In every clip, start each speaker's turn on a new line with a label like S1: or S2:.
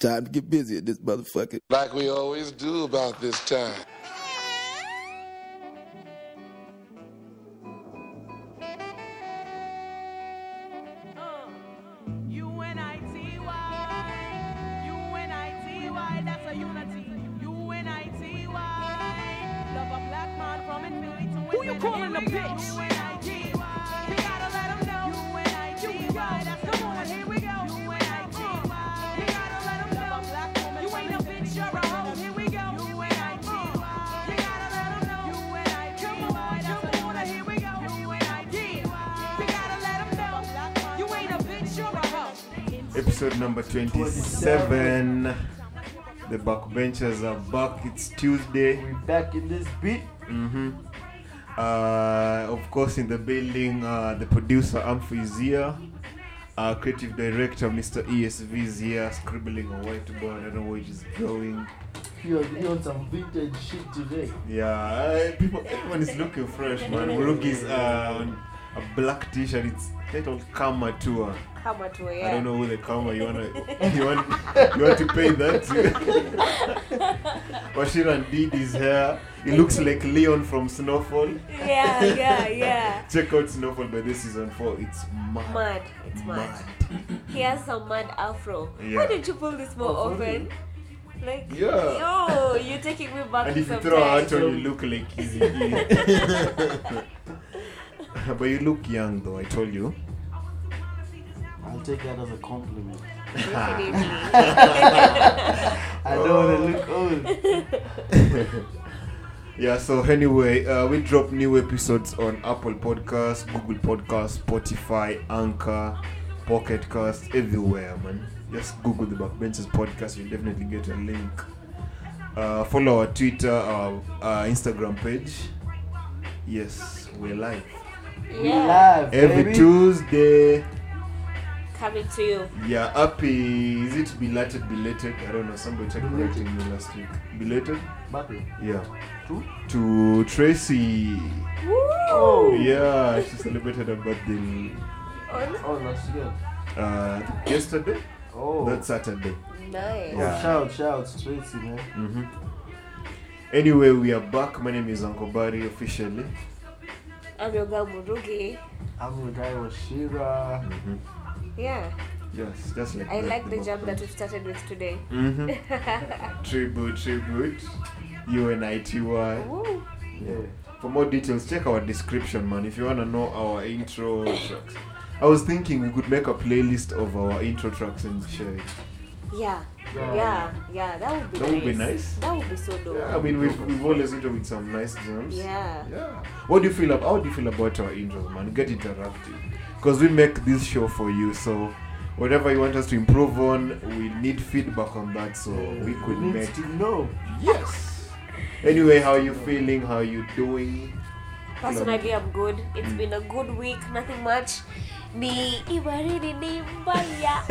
S1: Time to get busy at this motherfucker.
S2: Like we always do about this time.
S3: Who you calling a bitch? Uh. Uh.
S4: Episode number 27. The backbenchers are back. It's Tuesday.
S5: We back in this beat.
S4: hmm Uh, of course, in the building, uh, the producer Amphi is here. Our creative director, Mr. ESV, is here, scribbling on whiteboard. I don't know where he's going.
S5: You are doing some vintage shit today.
S4: Yeah, uh, people, everyone is looking fresh, man. Murugi is uh, on a black T-shirt. It's titled Kama Tour.
S6: Kama tu yeah.
S4: I don't know who the Kama you wanna you want you want to pay that to. Washiran did his hair. He looks like Leon from Snowfall.
S6: Yeah, yeah, yeah.
S4: Check out Snowfall by this season four. It's mad.
S6: Mud. It's mud. He has some mud afro.
S4: Yeah.
S6: Why don't you pull this more
S5: Afro.
S6: often? Like,
S4: Yeah.
S6: yo, you're taking me back
S4: And if you
S6: sometimes.
S4: throw out on, you look like Easy E. but you look young though. I told you.
S5: I'll take that as a compliment.
S6: Definitely.
S5: I don't
S6: Oh.
S5: want to look old.
S4: Yeah, so anyway, uh, we drop new episodes on Apple Podcasts, Google Podcasts, Spotify, Anchor, Pocket Cast, everywhere, man. Just Google the Backbenchers Podcast, you'll definitely get a link. Uh, follow our Twitter, our, our Instagram page. Yes, we're live.
S6: yeah.
S5: Live,
S4: Every
S5: baby.
S4: Tuesday.
S6: Coming to you.
S4: Yeah, happy. Is it belated, belated? I don't know. Somebody checked correcting me last week. Belated?
S5: Bappy.
S4: Yeah.
S5: Two?
S4: To Tracy.
S6: Woo!
S5: Oh.
S4: Yeah, she celebrated her birthday
S6: On-
S5: Oh, last year.
S4: uh, yesterday.
S5: Oh.
S4: That Saturday.
S6: Nice.
S5: oh,
S4: Yeah.
S5: shout, shout, Tracy, man.
S4: hmm Anyway, we are back. My name is Uncle Barry officially.
S6: I'm your girl Murugi.
S5: I'm your guy Washira.
S4: hmm
S6: Yeah.
S4: Yes, just like
S6: I like the jump that we started with today.
S4: hmm
S5: Mm-hmm.
S4: tribute, tribute. UNITY.
S6: Woo!
S5: Yeah.
S4: For more details, check our description, man. If you wanna know our intro tracks, I was thinking we could make a playlist of our intro tracks and share it.
S6: Yeah.
S5: Yeah.
S6: Yeah. Yeah. That would be
S4: That
S6: nice.
S4: would be nice.
S6: That would be so dope.
S4: Yeah, I mean, we've, we've always entered with some nice jams.
S6: yeah.
S4: Yeah. What do you feel about how do you feel about our intros, man? Get interactive, because we make this show for you. So, whatever you want us to improve on, we need feedback on that, so we could
S5: need
S4: make.
S5: to know.
S4: Yes. Anyway, how you feeling? How you doing?
S6: Personally, I'm good. It's
S4: Mm.
S6: been a good week, nothing much. Ni ibaridi ni mbaya.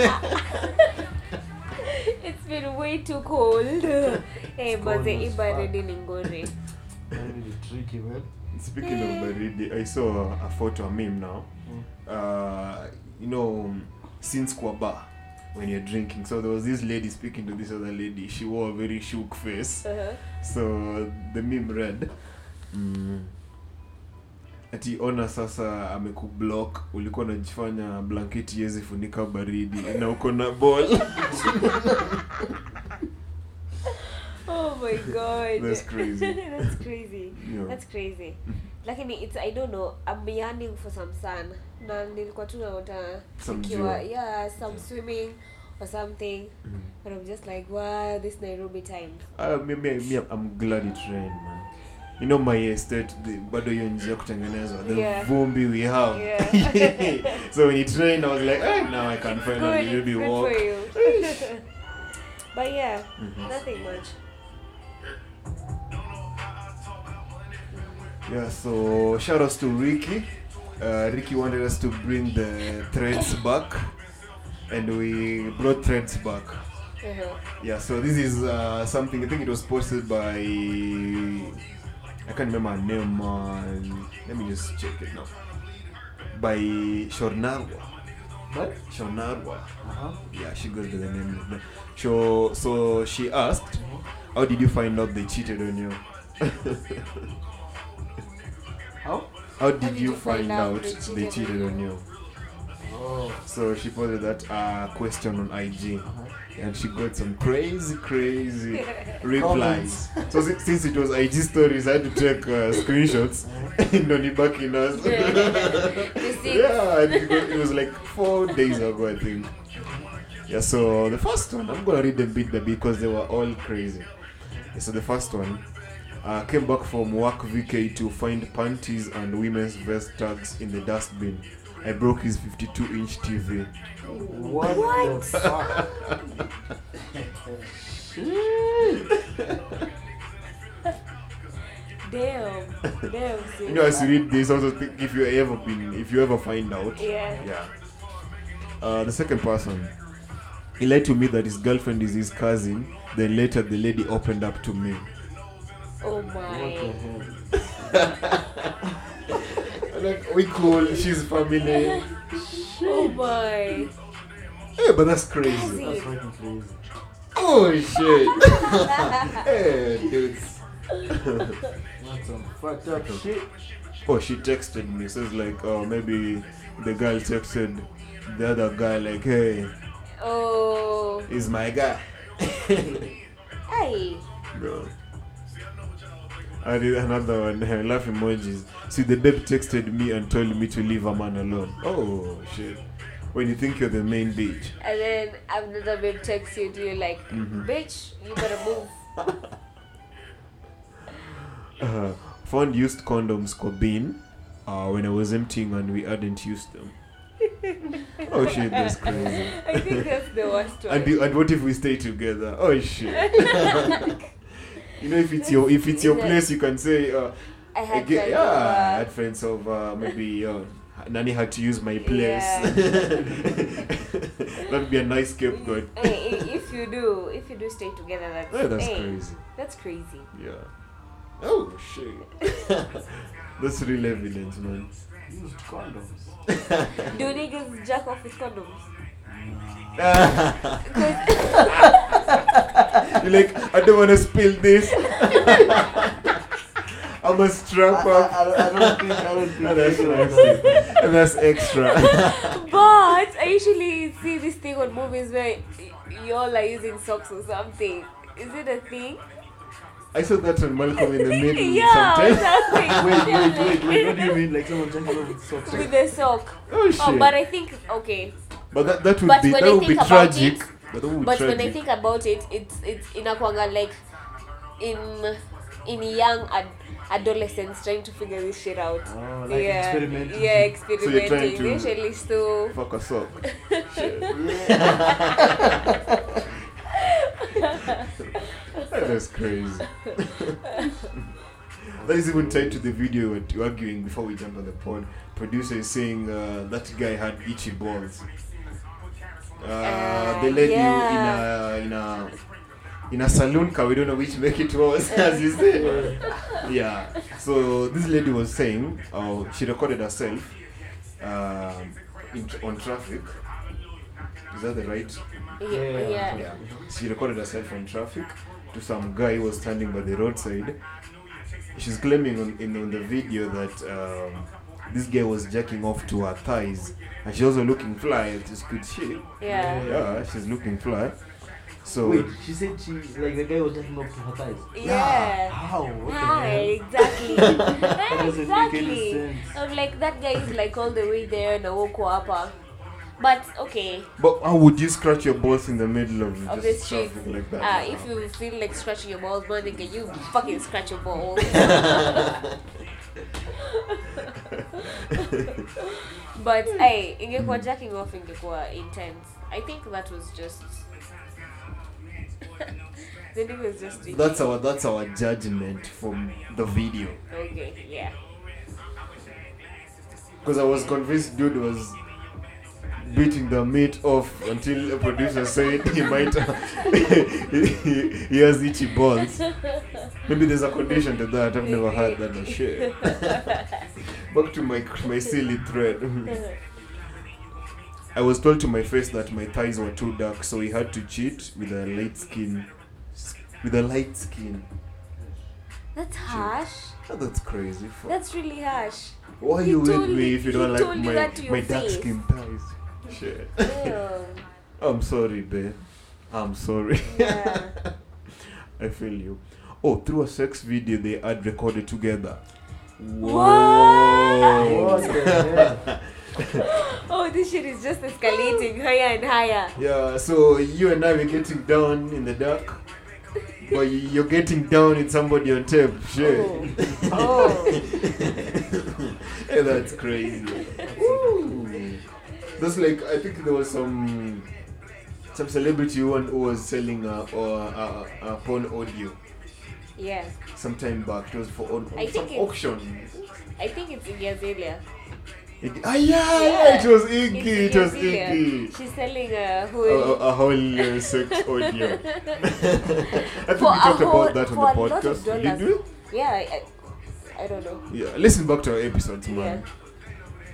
S6: It's been way too cold. Eh, but
S5: cold
S6: the
S5: as fuck.
S6: ibaridi ni ngori.
S5: That'd be tricky, man.
S4: Speaking of Baridi, I saw a photo, a meme now. Uh, you know, since Kwaba, when you're drinking, so there was this lady speaking to this other lady. She wore a very shook face.
S6: Uh-huh.
S4: so the meme read mm, ati ona sasa amekublock ulikuwa unajifanya blanketi yezi funika baridi na uko na ball
S6: Oh my god.
S4: That's crazy.
S6: That's crazy.
S4: Yeah.
S6: That's crazy. Lakini it's I don't know, I'm yearning for some sun. Na nilikuwa tu naota
S4: Some jua.
S6: nikiwa yeah, some swimming or something.
S4: Mm.
S6: But I'm just like, wow, this Nairobi time.
S4: uh, me, me, me, i'm glad it rained man you know my estate the, bado hiyo njia kutengenezwa the
S6: Yeah.
S4: vumbi we have
S6: Yeah.
S4: so when it rained i was like ah, now i can finally
S6: good,
S4: really
S6: good
S4: walk Mm-hmm.
S6: for you. but yeah, nothing much.
S4: Yeah, so shout outs to Ricky. Uh, Ricky wanted us to bring the threads back, and we brought threads back.
S6: Uh-huh.
S4: Yeah, so this is uh, something I think it was posted by I can't remember her name. Uh, let me just check it now. By Shornarwa.
S5: But
S4: Shonarwa.
S5: uh-huh.
S4: Yeah, she goes by the name. Lil Nas. So, so she asked, "How did you find out they cheated on you?
S5: how?
S4: How did you find out they cheated on you?"
S5: Oh,
S4: So she posted that uh, question on IG, and she got some crazy, crazy replies. so si- since it was IG stories, I had to take uh, screenshots. Noni backing us. yeah, and it was- it was like four days ago, I think. Yeah, so the first one, I'm gonna read them bit by bit because they were all crazy. Yeah, so the first one, uh, came back from work VK to find panties and women's vest tags in the dustbin. I broke his 52 inch TV.
S5: what,
S6: What?
S5: the fuck?
S6: Damn. Damn.
S4: You know, as you read this, also think if you ever been, if you ever find out.
S6: Yeah.
S4: Yeah. Uh, the second person, he lied to me that his girlfriend is his cousin. Then later, the lady opened up to me.
S6: Oh
S5: What the
S6: my.
S5: hell?
S4: Like we cool, she's family. Hey,
S6: Oh my.
S4: but that's crazy.
S5: That's fucking crazy.
S4: Oh shit. hey, dudes.
S5: That's some fucked up shit.
S4: Oh, she texted me. So it's like, oh, maybe the girl texted the other guy, like, hey,
S6: Oh.
S4: is my guy.
S6: Hey.
S4: Bro. I did another one, eh, laugh emojis. See, the babe texted me and told me to leave a man alone. Oh, shit. When you think you're the main bitch.
S6: And then another babe texts you, do you like,
S4: Mm-hmm.
S6: bitch, you better move.
S4: Uh, found used condoms Kobin uh, when I was emptying and we hadn't used them. oh shit, that's crazy.
S6: I think that's the worst one.
S4: Mm-hmm. And, you- and what if we stay together? Oh shit. you know, if it's your if it's your place, you can say, uh,
S6: I had uh,
S4: again,
S6: that
S4: yeah, I
S6: over.
S4: had friends over. Maybe uh, Nani had to use my place.
S6: Yeah.
S4: That'd be a nice scapegoat.
S6: Mm, Hey, i- if you mm. do, if you do stay together, that's,
S4: Yeah, that's
S6: hey,
S4: crazy.
S6: That's crazy.
S4: Yeah. Oh shit. that's real evidence, man.
S5: Used condoms.
S6: Do niggas jack off with condoms?
S4: You're like, I don't want to spill this. I'm a strap up.
S6: Uh,
S5: I, I, I don't think I don't think
S4: And that's,
S5: I don't
S4: nasty. and that's extra.
S6: But I usually see this thing on movies where y- y'all are using socks or something. Is it a thing?
S4: I saw that on Malcolm in the Middle
S6: yeah, or
S4: sometimes.
S6: something.
S5: Wait, wait,
S6: Yeah,
S5: wait, wait. What
S6: like-
S5: do you mean? Like someone jumping off with socks?
S6: With a sock.
S4: Oh shit.
S6: Oh, but
S4: but,
S6: I think okay.
S4: that, that would
S6: but
S4: be
S6: when
S4: that
S6: I
S4: would be
S6: think about
S4: tragic.
S6: it-
S4: but that would be
S6: But
S4: tragic.
S6: when I think about it, it's it's inakwanga like in in young ad- adolescence trying to figure this shit out.
S5: Oh, like
S6: yeah,
S5: experimenting.
S6: yeah,
S4: So you're trying
S6: experimenting.
S4: to-
S6: Usually, so
S4: Fuck a sock. Shit. That's crazy. that is even tied to the video we were arguing before we jumped on the pod. Producer is saying uh, that guy had itchy balls. Uh,
S6: Uh,
S4: they led
S6: yeah.
S4: you in a in a in a saloon car. We don't know which make it was, as you say. yeah. So this lady was saying, uh, she recorded herself um in, on traffic. Is that the right
S6: yeah, yeah.
S4: yeah. She recorded herself on traffic to some guy who was standing by the roadside. She's claiming on, in on the video that um, this guy was jacking off to her thighs, and she's also looking fly. It's just good shit.
S6: yeah.
S4: Yeah, she's looking fly. So
S5: Wait, she said she like the guy was jumping off to her thighs.
S6: Yeah.
S5: How? What the
S6: Hi,
S5: hell?
S6: Ah, exactly.
S5: doesn't make any
S6: exactly.
S5: sense.
S6: I'm like that guy is like all the way there and I woke up. uh, But okay,
S4: but how would you scratch your balls in the middle of,
S6: of the
S4: just
S6: street,
S4: traffic like that?
S6: uh, if you feel like scratching your balls, man, nigga, you fucking scratch your balls. but
S5: Hmm.
S6: hey, ingekuwa jacking off ingekuwa intense. I think that was just. the nigga was just. itchy.
S4: that's our that's our judgment from the video.
S6: Okay, yeah.
S4: Because I was convinced dude was beating the meat off until a producer said he might he, he- he has itchy balls. Maybe there's a condition to that. I've never heard that or shit. Back to my my silly thread. I was told to my face that my thighs were too dark, so he had to cheat with a light skin. With a light skin.
S6: That's harsh.
S4: Oh, that's crazy. Fuck.
S6: That's really harsh.
S4: Why are
S6: He
S4: you with
S6: told
S4: me
S6: you-
S4: if you
S6: he
S4: don't like
S6: told you
S4: my,
S6: that to your
S4: my dark
S6: face.
S4: skin thighs? Shit.
S6: Ew.
S4: I'm sorry, babe. I'm sorry.
S6: Yeah.
S4: I feel you. Oh, through a sex video they had recorded together.
S5: What
S6: What?
S5: the hell?
S6: Oh, this shit is just escalating higher and higher.
S4: Yeah, so you and I were getting down in the dark. But you- you're getting down in somebody on tape. Shit.
S6: Oh. Oh.
S4: Yeah, that's crazy. Ooh. That's like I think there was some some celebrity who who was selling uh, a, a, a, a uh, porn audio
S6: Yeah.
S4: some time back. It was for au-
S6: I
S4: some
S6: think it-
S4: auction.
S6: I think it's Iggy Azalea.
S4: It, ah, yeah, yeah,
S6: Yeah.
S4: it was Iggy.
S6: It's
S4: It was
S6: Iggy Azalea.
S4: Iggy. Oh,
S6: She's uh, selling a
S4: A,
S6: whole.
S4: a a whole uh, sex audio. I think
S6: For
S4: we
S6: a
S4: talked
S6: whole-
S4: about that
S6: for
S4: on
S6: a
S4: the
S6: lot of
S4: podcast. Did
S6: dollars.
S4: we?
S6: Yeah, I, I don't know.
S4: Yeah, listen back to our episodes, man.
S6: Yeah.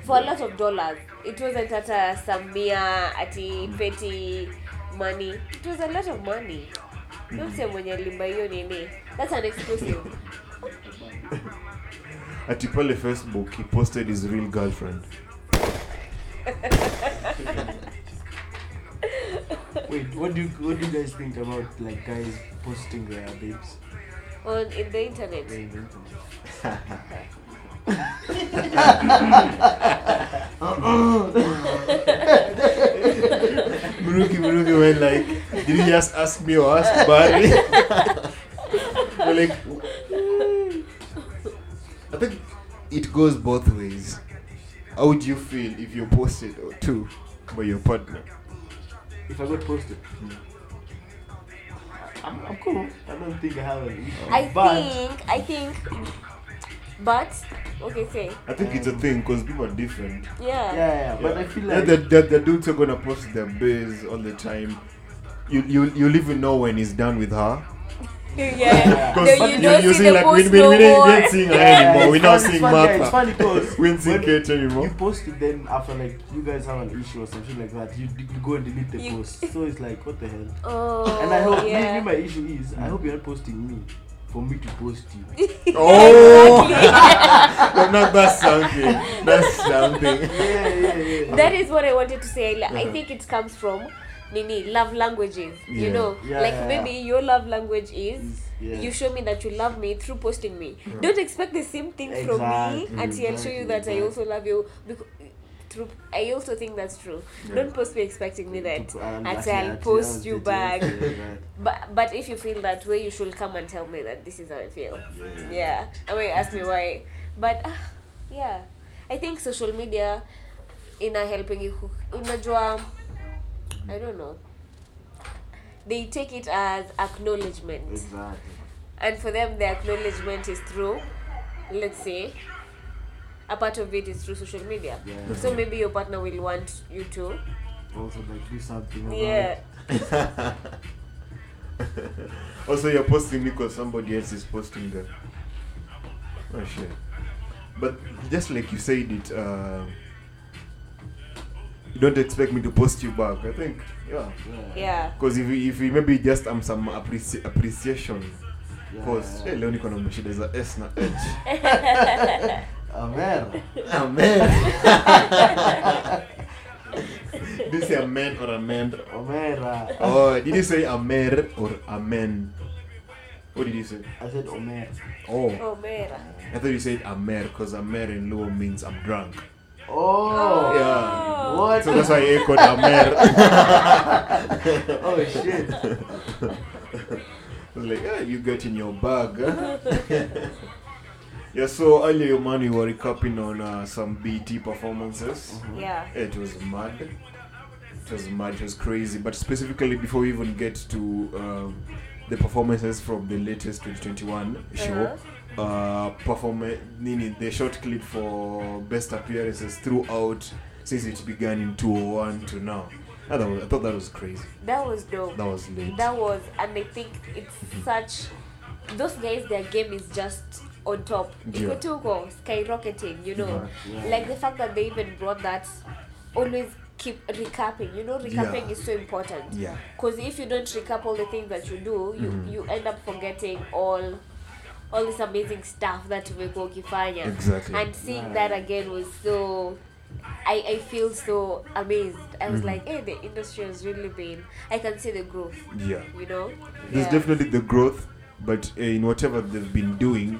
S6: For a lot of dollars. It wasn't at a Samia, ati petty money. It was a lot of money.
S4: Mm.
S6: Mse mwenye alimba hiyo nini. That's an exclusive.
S4: At Tipale Facebook, he posted his real girlfriend.
S5: Wait, what do you, what do you guys think about like guys posting their babes
S6: On in the internet.
S5: in the internet?
S4: Muruki Muruki went like, did you just ask me or ask Barry? We're like, "Mm." I think it goes both ways. How would you feel if you posted or two by your partner?
S5: If I got posted, I'm, I'm cool. I don't think I have any.
S6: I
S5: but
S6: think I think but okay say.
S4: I think it's a thing because people are different.
S6: Yeah.
S5: yeah, yeah, Um, but I feel like
S4: yeah, the, the, the dudes are gonna post their biz all the time. You you you leave know when he's done with her.
S6: yeah. No,
S4: Because
S6: you don't
S4: you're
S6: see
S4: seeing
S6: the
S4: like we,
S6: post
S4: we,
S6: no
S4: we didn't, we
S6: more.
S4: didn't seeing her
S5: Yeah,
S4: anymore. We're
S5: it's
S4: not
S5: funny,
S4: seeing
S5: it's funny, yeah,
S4: Martha.
S5: It's funny because
S4: We didn't see
S5: when
S4: Kate
S5: You
S4: anymore.
S5: post it then after like you guys have an issue or something like that. You, you go and delete the
S6: You-
S5: post. So it's like what the hell.
S6: Oh.
S5: And I hope me- me,
S6: yeah.
S5: my issue is I hope you're not posting me for me to post you.
S4: Oh, no, no, that's something. That's something.
S5: yeah, yeah, yeah.
S6: that is what I wanted to say. Like, I think it comes from nini love languages. You
S4: Yeah.
S6: know,
S5: Yeah,
S6: like
S5: yeah,
S6: maybe your love language is
S5: yeah.
S6: you show me that you love me through posting me. Don't expect the same thing from me
S5: Exactly,
S6: until I show you that
S5: exactly.
S6: I also love you. Because through, I also think that's true. Don't post me expecting me
S5: And
S6: that until
S5: actually-
S6: I'll
S5: actually,
S6: post
S5: that
S6: you
S5: was
S6: back.
S5: the thing, yeah, right.
S6: But but if you feel that way, you should come and tell me that this is how I feel. Yeah. I mean, ask me why. But ah, yeah, I think social media ina helping you. cook- Unajua, I don't know. They take it as acknowledgement,
S5: Exactly.
S6: and for them, the acknowledgement is through, let's say, a part of it is through social media.
S5: Yeah.
S6: So maybe your partner will want you to.
S5: Also like do something. About
S6: Yeah.
S5: It.
S4: also, you're posting me because somebody else is posting them. Oh shit! But just like you said it, uh, you don't expect me to post you back. I think, yeah.
S6: Yeah.
S4: Because if we, if we maybe just um, some appreci- appreciation,
S5: Yeah,
S4: because yeah.
S5: yeah.
S4: hey, Leonie Konomushi, there's a S na H.
S5: Amen.
S4: Amen. did you say amen or amen?
S5: Omera.
S4: Oh, did you say amer or amen? What did you say?
S5: I said Omer.
S4: Oh,
S6: Oh man.
S4: I thought you said amer because amer in Luo means I'm drunk.
S5: Oh.
S4: Yeah.
S5: What?
S4: So that's why I echoed amer.
S5: oh shit.
S4: I was like, yeah, you get in your bag. huh?" yeah, so earlier, man, we were recapping on uh, some BT performances.
S6: Yeah.
S4: It was mad. It was mad. It was crazy. But specifically, before we even get to um, the performances from the latest 2021
S6: Uh-huh.
S4: show, uh, perform Nini, the short clip for best appearances throughout since it began in 2001 to now. I thought, I thought that was crazy.
S6: That was dope.
S4: That was Mm-hmm. late.
S6: That was, and I think it's such. Those guys, their game is just on top.
S4: Yeah.
S6: Ikutuko skyrocketing, you know.
S4: Yeah,
S6: Like the fact that they even brought that always keep recapping you know recapping
S4: Yeah.
S6: is so important
S4: Yeah. Mm-hmm.
S6: because if you don't recap all the things that you do you you end up forgetting all all this amazing stuff that umekuwa ukifanya
S4: Exactly.
S6: and seeing that again was so I, I feel so amazed. I
S4: Mm-hmm.
S6: was like, hey, the industry has really been. I can see the growth,
S4: yeah
S6: you know?
S4: there's
S6: Yeah.
S4: definitely the growth but uh, in whatever they've been doing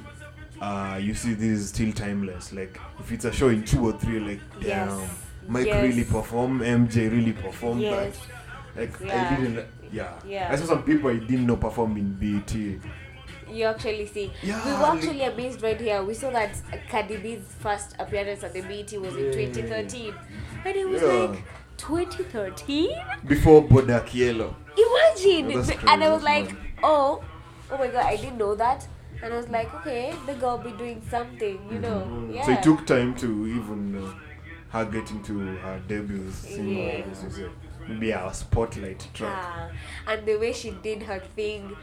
S4: uh you see this is still timeless like if it's a show in two or three like
S6: Yes.
S4: damn mike
S6: Yes.
S4: really performed mj really performed
S6: Yes.
S4: that like i
S6: Yeah.
S4: didn't yeah.
S6: Yeah.
S4: i saw some people i didn't know perform in bet
S6: You actually see.
S4: Yeah,
S6: we were
S4: like-
S6: actually amazed right here. We saw that Cardi B's first appearance at the BET was in
S5: Yeah.
S6: 2013. And it was
S4: Yeah.
S6: like, 2013?
S4: before bodak yellow
S6: Imagine!
S4: Yeah, that's
S6: Th-
S4: crazy,
S6: and I
S4: that's
S6: was like,
S4: mad.
S6: oh, oh my god, I didn't know that. And I was like, okay, the girl be doing something, you know? Yeah.
S4: Mm-hmm. so it took time to even uh, her getting to her debut single
S6: Yeah.
S4: this was a, maybe our spotlight track
S6: Ah, and the way she did her thing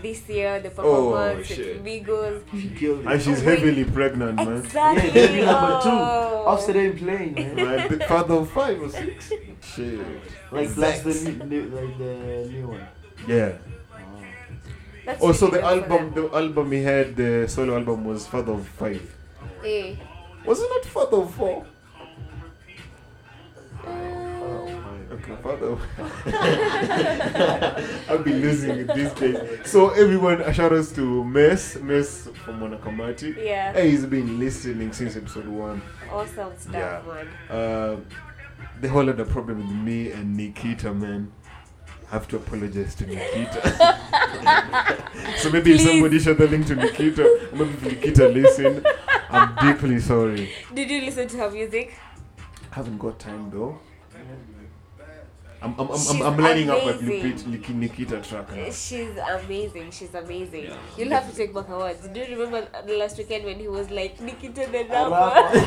S6: this year, the performance,
S4: Oh, shit.
S6: with Migos.
S5: She killed
S4: and
S5: it.
S4: she's
S6: Oh, wait.
S4: heavily pregnant man
S5: Yeah,
S6: Exactly.
S5: baby number two.
S6: Oh.
S5: After them playing, man.
S4: Right, the father of five or six. Shit.
S5: Like that's the new, new, like the new one.
S4: Yeah.
S6: That's
S4: Also,
S6: really
S4: Oh, the
S6: good for
S4: album, the album he had, the solo album was Father of Five.
S6: them. Eh.
S4: Was it not Father of Four?
S5: Oh.
S4: Oh.
S6: Uh,
S4: Okay, Father. of- I've been losing it these days. So everyone, a shout outs to Mess, Mess from Monakamati.
S6: Yeah.
S4: Hey, he's been listening since episode one.
S6: awesome stuff,
S4: Yeah.
S6: man.
S4: Uh, the whole other problem with me and Nikita, man. I have to apologize to Nikita. so maybe if
S6: Please.
S4: somebody share the link to Nikita, or maybe if Nikita listen, I'm deeply sorry.
S6: Did you listen to her music?
S4: I haven't got time though. I'm, I'm, I'm,
S6: She's
S4: I'm, I'm lining up at
S6: amazing.
S4: Nikita, Nikita track now.
S6: She's amazing. She's amazing. You'll have to take back her words. Do you remember the last weekend when he was like Nikita the rapper?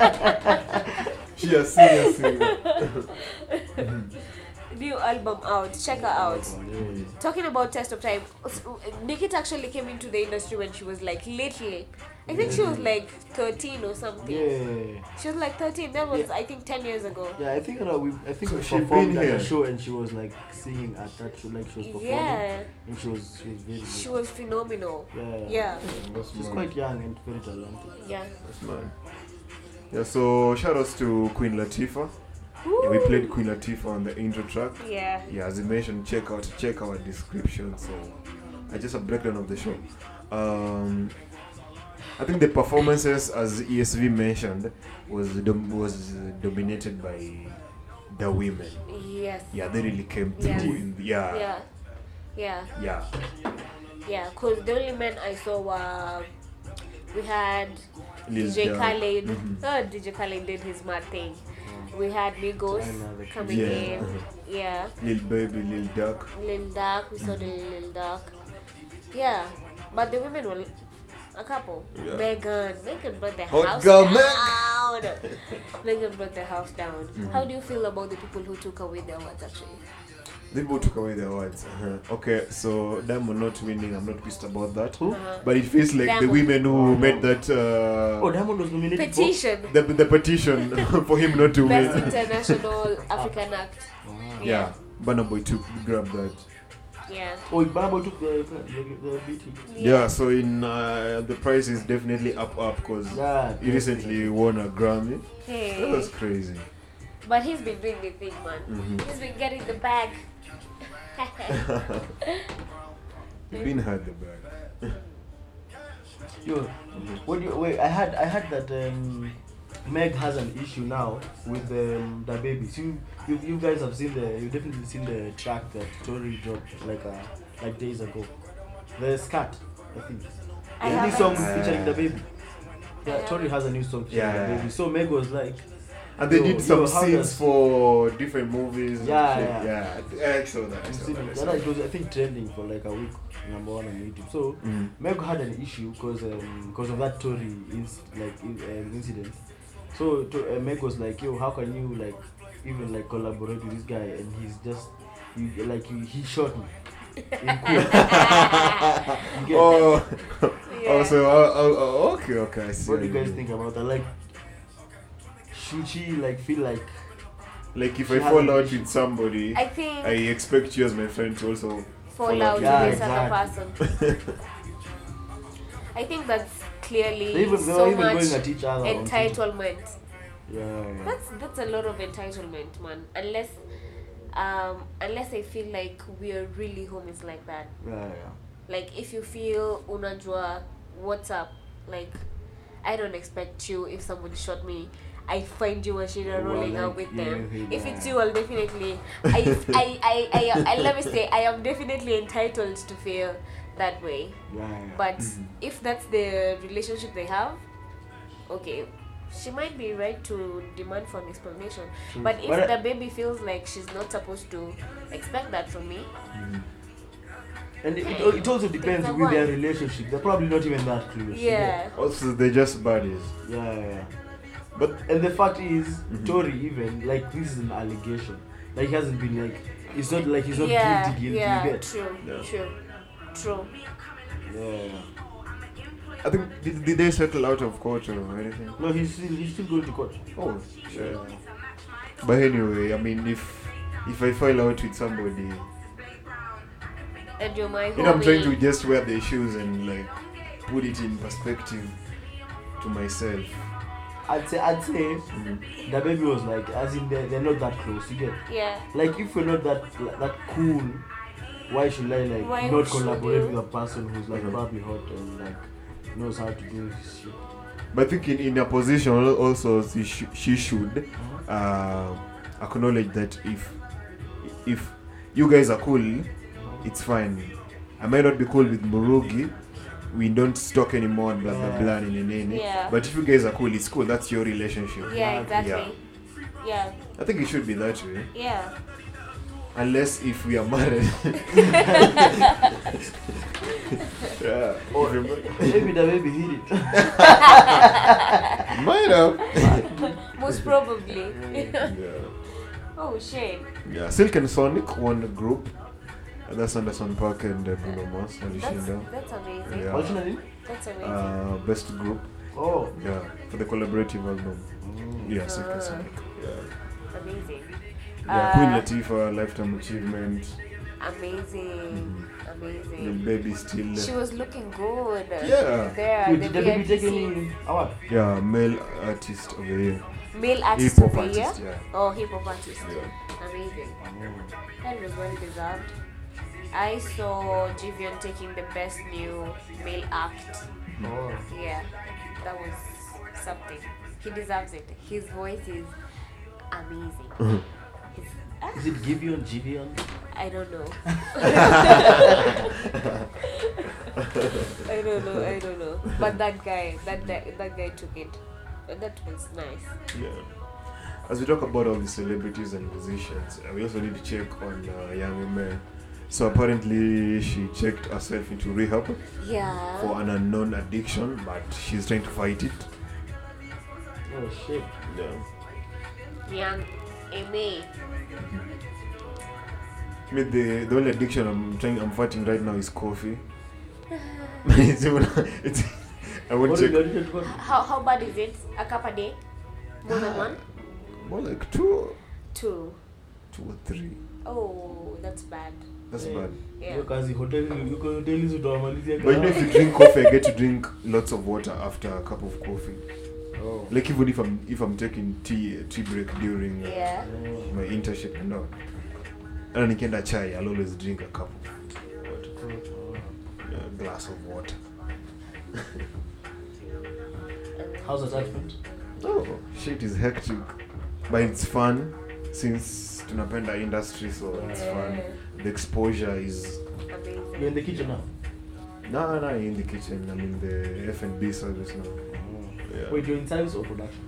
S5: Rapper.
S4: She has seen a singer.
S6: New album out. Check her out.
S5: Oh,
S6: Talking about test of time, Nikita actually came into the industry when she was like little. I think she was like 13 or something.
S5: Yeah.
S6: She was like 13. That was, I think, 10 years ago.
S5: Yeah, I think that we, I think
S4: So
S5: we
S4: she'd
S5: performed
S4: been
S5: at
S4: here.
S5: a show and she was like singing at that show, like she was performing.
S6: Yeah.
S5: And she was, she was very good.
S6: She was phenomenal.
S5: yeah.
S6: Yeah.
S4: That's
S5: She's
S4: mine.
S5: quite young and very talented.
S6: Yeah.
S4: That's mine. Yeah, so shout outs to Queen Latifah. Yeah, we
S6: Woo.
S4: played Queen Latifah on the intro track.
S6: Yeah.
S4: Yeah, as you mentioned, check out check our description. So, I just a breakdown of the show. Um, I think the performances, as ESV mentioned, was dom- was dominated by the women.
S6: Yes.
S4: Yeah, they really came through.
S6: Yes.
S4: In the, yeah,
S6: Yeah. Yeah.
S4: yeah,
S6: Yeah. Because the only men I saw were. We had
S4: Lil
S6: DJ
S4: Jon. Mm-hmm.
S6: Khaled. Oh, DJ Khaled did his mad thing. We had Migos
S5: China, the kid.
S6: coming
S4: Yeah.
S6: in. Yeah.
S4: Lil Baby, Lil Duck.
S6: Lil Dark, we saw the Lil Dark. Yeah, but the women were a couple.
S4: Yeah.
S6: Megan, Megan brought the
S4: Hot
S6: house
S4: girl,
S6: down. Megan brought the house down.
S4: Mm.
S6: How do you feel about the people who took away their words actually?
S4: The people took away the awards. Uh-huh. Okay, so Diamond not winning, I'm not pissed about that. But it feels like the
S6: Diamond.
S4: women who made that uh,
S5: Oh, Diamond was nominated for.
S6: Petition.
S4: the, the petition for him not to
S6: Best
S4: win.
S6: international African act.
S4: Yeah, Burna Boy took grab that.
S6: Yeah.
S5: Oh, Barabo took the, the, the BT.
S4: Yeah, so in uh, the price is definitely up up because
S5: Yeah,
S4: he recently won a Grammy. That
S6: Hey.
S4: was crazy.
S6: But he's been doing the thing, man.
S4: Mm-hmm.
S6: He's been getting the bag.
S4: He been had the bag.
S5: Yo, what do you, wait? I had I had that um, Meg has an issue now with um, the babies. You, you you guys have seen the you definitely seen the track that Tori dropped like uh, like days ago. The scat, I think.
S6: I
S5: The new
S6: haven't-
S5: song featuring the
S4: Yeah.
S5: baby. Yeah, Tori has a new song featuring
S4: Yeah.
S5: the baby. So Meg was like,
S4: And they
S5: Yo,
S4: did some
S5: yo, how
S4: scenes
S5: does-
S4: for different movies. and
S5: Yeah,
S4: shit.
S5: yeah.
S4: yeah. I saw that. I
S5: you
S4: saw
S5: see,
S4: that, I
S5: that
S4: saw
S5: it
S4: that.
S5: was I think trending for like a week, number one on YouTube. So
S4: Mm.
S5: Meg had an issue because because of that Tory inc- like in, um, incident. So to, uh, Meg was like, "Yo, how can you like even like collaborate with this guy?" And he's just you, like you, he shot me. In cool. You get-
S4: Oh,
S6: Yeah.
S4: oh, so oh, oh, oh, okay, okay. I see
S5: what do you
S4: what you
S5: guys
S4: mean.
S5: think about that? Like, should she like feel like
S4: Like if I fall out with somebody,
S6: I
S4: I,
S6: think
S4: expect you as my friend to also
S6: fall out with
S5: Yeah,
S6: this
S5: exactly.
S6: other person. I think that's clearly
S5: they even, they
S6: so
S5: were even
S6: much
S5: going at each other? on Twitter.
S6: entitlement.
S5: Yeah.
S6: That's that's a lot of entitlement, man. Unless, um, unless I feel like we are really homies like that.
S5: Yeah, yeah.
S6: Like if you feel unajua, what's up? Like, I don't expect you. If somebody shot me, I find you and Shira
S5: Well,
S6: rolling out
S5: Oh, like,
S6: with them.
S5: yeah,
S6: If it's
S5: yeah.
S6: you, I'll definitely. I I I I, I, let me say I am definitely entitled to feel that way.
S5: Yeah, yeah.
S6: But if that's the relationship they have, okay, she might be right to demand for an explanation. But if
S5: But I-
S6: the baby feels like she's not supposed to expect that from me,
S5: and it, it, it also depends
S6: Depends on
S5: with their
S6: what.
S5: relationship. They're probably not even that close. you
S6: yeah,
S4: Also, they're just buddies.
S5: know? Yeah, yeah. yeah.
S4: But
S5: And the fact is, Tory even like this is an allegation. Like he hasn't been like it's not like he's not
S6: yeah,
S5: guilty guilty.
S6: yeah,
S5: you get?
S6: true,
S4: Yeah.
S6: true, true.
S5: Yeah, yeah.
S4: I think did, did they settle out of court or anything?
S5: No, he's still he's still going to court.
S4: Oh, sure. But anyway, I mean, if if I fall out with somebody, you
S6: And you're my homie.
S4: know, I'm trying to just wear their shoes and like put it in perspective to myself.
S5: I'd say I'd say the baby was like as in they're, they're not that close. You get?
S6: yeah,
S5: Like if we're not that that cool, why should I like
S6: Why
S5: not
S6: should
S5: collaborate
S6: you?
S5: with a person who's like
S4: Mhm.
S5: probably hot and like knows how to do his shit?
S4: But I think in, in a position al- also she, sh- she should uh, acknowledge that if if you guys are cool, it's fine. I might not be cool with Murugi. We don't talk anymore and blah blah blah and, and, and,
S6: Yeah.
S4: But if you guys are cool, it's cool. That's your relationship.
S6: yeah, exactly. Yeah,
S4: I think it should be that way.
S6: yeah.
S4: Unless if we are married. yeah. Or
S5: Maybe the baby hit it.
S4: might have.
S6: Most probably.
S4: yeah.
S6: oh shit.
S4: yeah. Silk and Sonic won the group. And that's Anderson Park and uh, Bruno Mars.
S6: That's
S4: Alishinda.
S6: that's amazing.
S4: Yeah.
S5: What's your name?
S6: That's amazing.
S4: Uh, best group.
S5: Oh.
S4: Yeah. For the collaborative album.
S5: Mm.
S4: Yeah, Silk
S6: Uh,
S4: and Sonic. Yeah.
S6: amazing.
S4: Yeah,
S6: Uh,
S4: Queen Latifah, Lifetime Achievement,
S6: Amazing.
S4: The
S6: Amazing.
S4: Baby Still.
S6: She was looking good.
S4: Yeah.
S6: There,
S5: Wait,
S6: the
S5: did the baby take
S6: VIPC.
S5: any award?
S4: Yeah, Male Artist of the Year.
S6: Male
S4: Hip
S6: artist of
S4: Hop
S6: the year.
S4: Artist, yeah.
S6: Oh, hip hop artist.
S4: Yeah.
S6: Amazing. That was well deserved. I saw Jivion taking the best new male act.
S5: Oh.
S6: Yeah, that was something. He deserves it. His voice is amazing.
S4: Mm-hmm.
S6: His, ah,
S5: Is it Gibeon? Gibeon?
S6: I don't know. I don't know. I don't know. But that guy, that guy, that guy took it. And that was nice.
S4: Yeah. As we talk about all the celebrities and musicians, uh, we also need to check on uh, Young May. So apparently, she checked herself into rehab
S6: Yeah.
S4: for an unknown addiction, but she's trying to fight it.
S5: Oh shit.
S4: Yeah.
S6: Young Amy.
S4: I mean, the the only addiction I'm trying, I'm fighting right now is coffee. it's even, it's, I won't
S5: What did
S4: check.
S5: you get?
S6: How how bad is it? A cup a day? More than one?
S4: More like two,
S6: Ah. Two.
S4: two or three.
S6: Oh, that's bad.
S4: That's
S5: Yeah.
S4: bad.
S6: Yeah.
S5: Hiyo kazi hoteli yuko hoteli zitamalizia
S4: But you know, if you drink coffee, I get to drink lots of water after a cup of coffee.
S5: Oh.
S4: Like even if I'm if I'm taking tea tea break during uh,
S6: Yeah.
S4: my internship and all. And nikienda chai, I'll always drink a cup of water, a glass of water.
S5: How's attachment?
S4: Oh, shit is hectic, but it's fun since tunapenda industry, so it's fun. The exposure is
S6: Amazing.
S5: You're in the kitchen now.
S4: no, no, in the kitchen. I mean the F and B service now. Mm, Yeah.
S5: Wait, you're in service or production?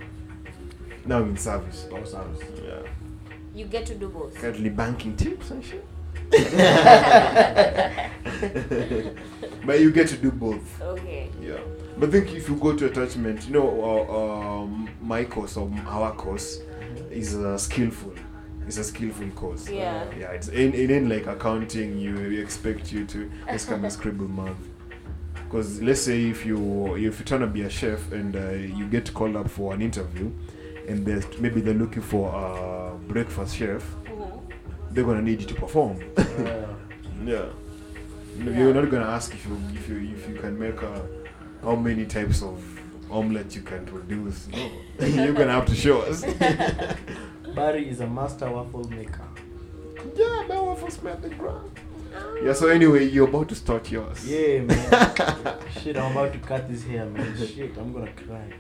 S4: Now I'm in service.
S5: Or service.
S4: Yeah.
S6: You get to do both.
S4: Currently banking tips and shit. but you get to do both.
S6: Okay.
S4: Yeah. But I think if you go to attachment, you know, uh, um, my course or our course is uh, skillful. It's a skillful course.
S6: Yeah.
S4: Yeah. It's in, in, in like accounting, you we expect you to just come and scribble math. Because let's say if you if you're trying to be a chef and uh, you get called up for an interview, and they're maybe they're looking for a breakfast chef, they're gonna need you to perform.
S5: Yeah.
S4: Yeah. No, You're not gonna ask if you if you if you can make a, how many types of omelette you can produce. No, you're gonna have to show us.
S5: Barry is a master waffle maker.
S4: yeah, my waffles smell the ground. Yeah. So anyway, you're about to start yours.
S5: Yeah, man. Shit, I'm about to cut this hair, man. Shit, I'm gonna cry.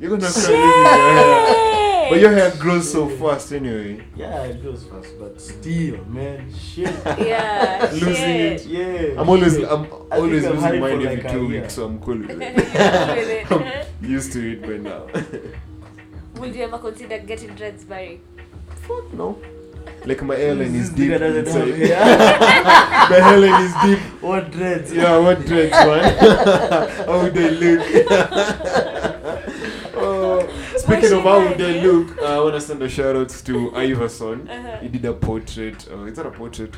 S4: You're gonna start your hair, but your hair grows so fast anyway.
S5: Yeah, it goes fast, but still, man. Shit.
S6: Yeah.
S4: Losing it.
S6: shit.
S5: Yeah.
S4: I'm always
S5: shit.
S4: I'm
S5: I
S4: always
S5: think
S4: losing
S5: I've had it for
S4: mine every
S5: like a
S4: two
S5: year.
S4: weeks, so I'm cool with
S6: You're
S4: it.
S6: cool with
S4: I'm
S6: it.
S4: used to it by now.
S6: Would you ever consider getting dreads, Barry?
S4: Fuck no. Like my airline is
S5: This
S4: deep
S5: nigga doesn't have
S4: inside.
S5: hair.
S4: my airline is deep.
S5: What dreads?
S4: Yeah, what dreads, man? how would they look? oh, speaking of how would they look, I want to send a shout out to Iverson.
S6: eh? Uh-huh.
S4: He did a portrait. Uh, is that a portrait?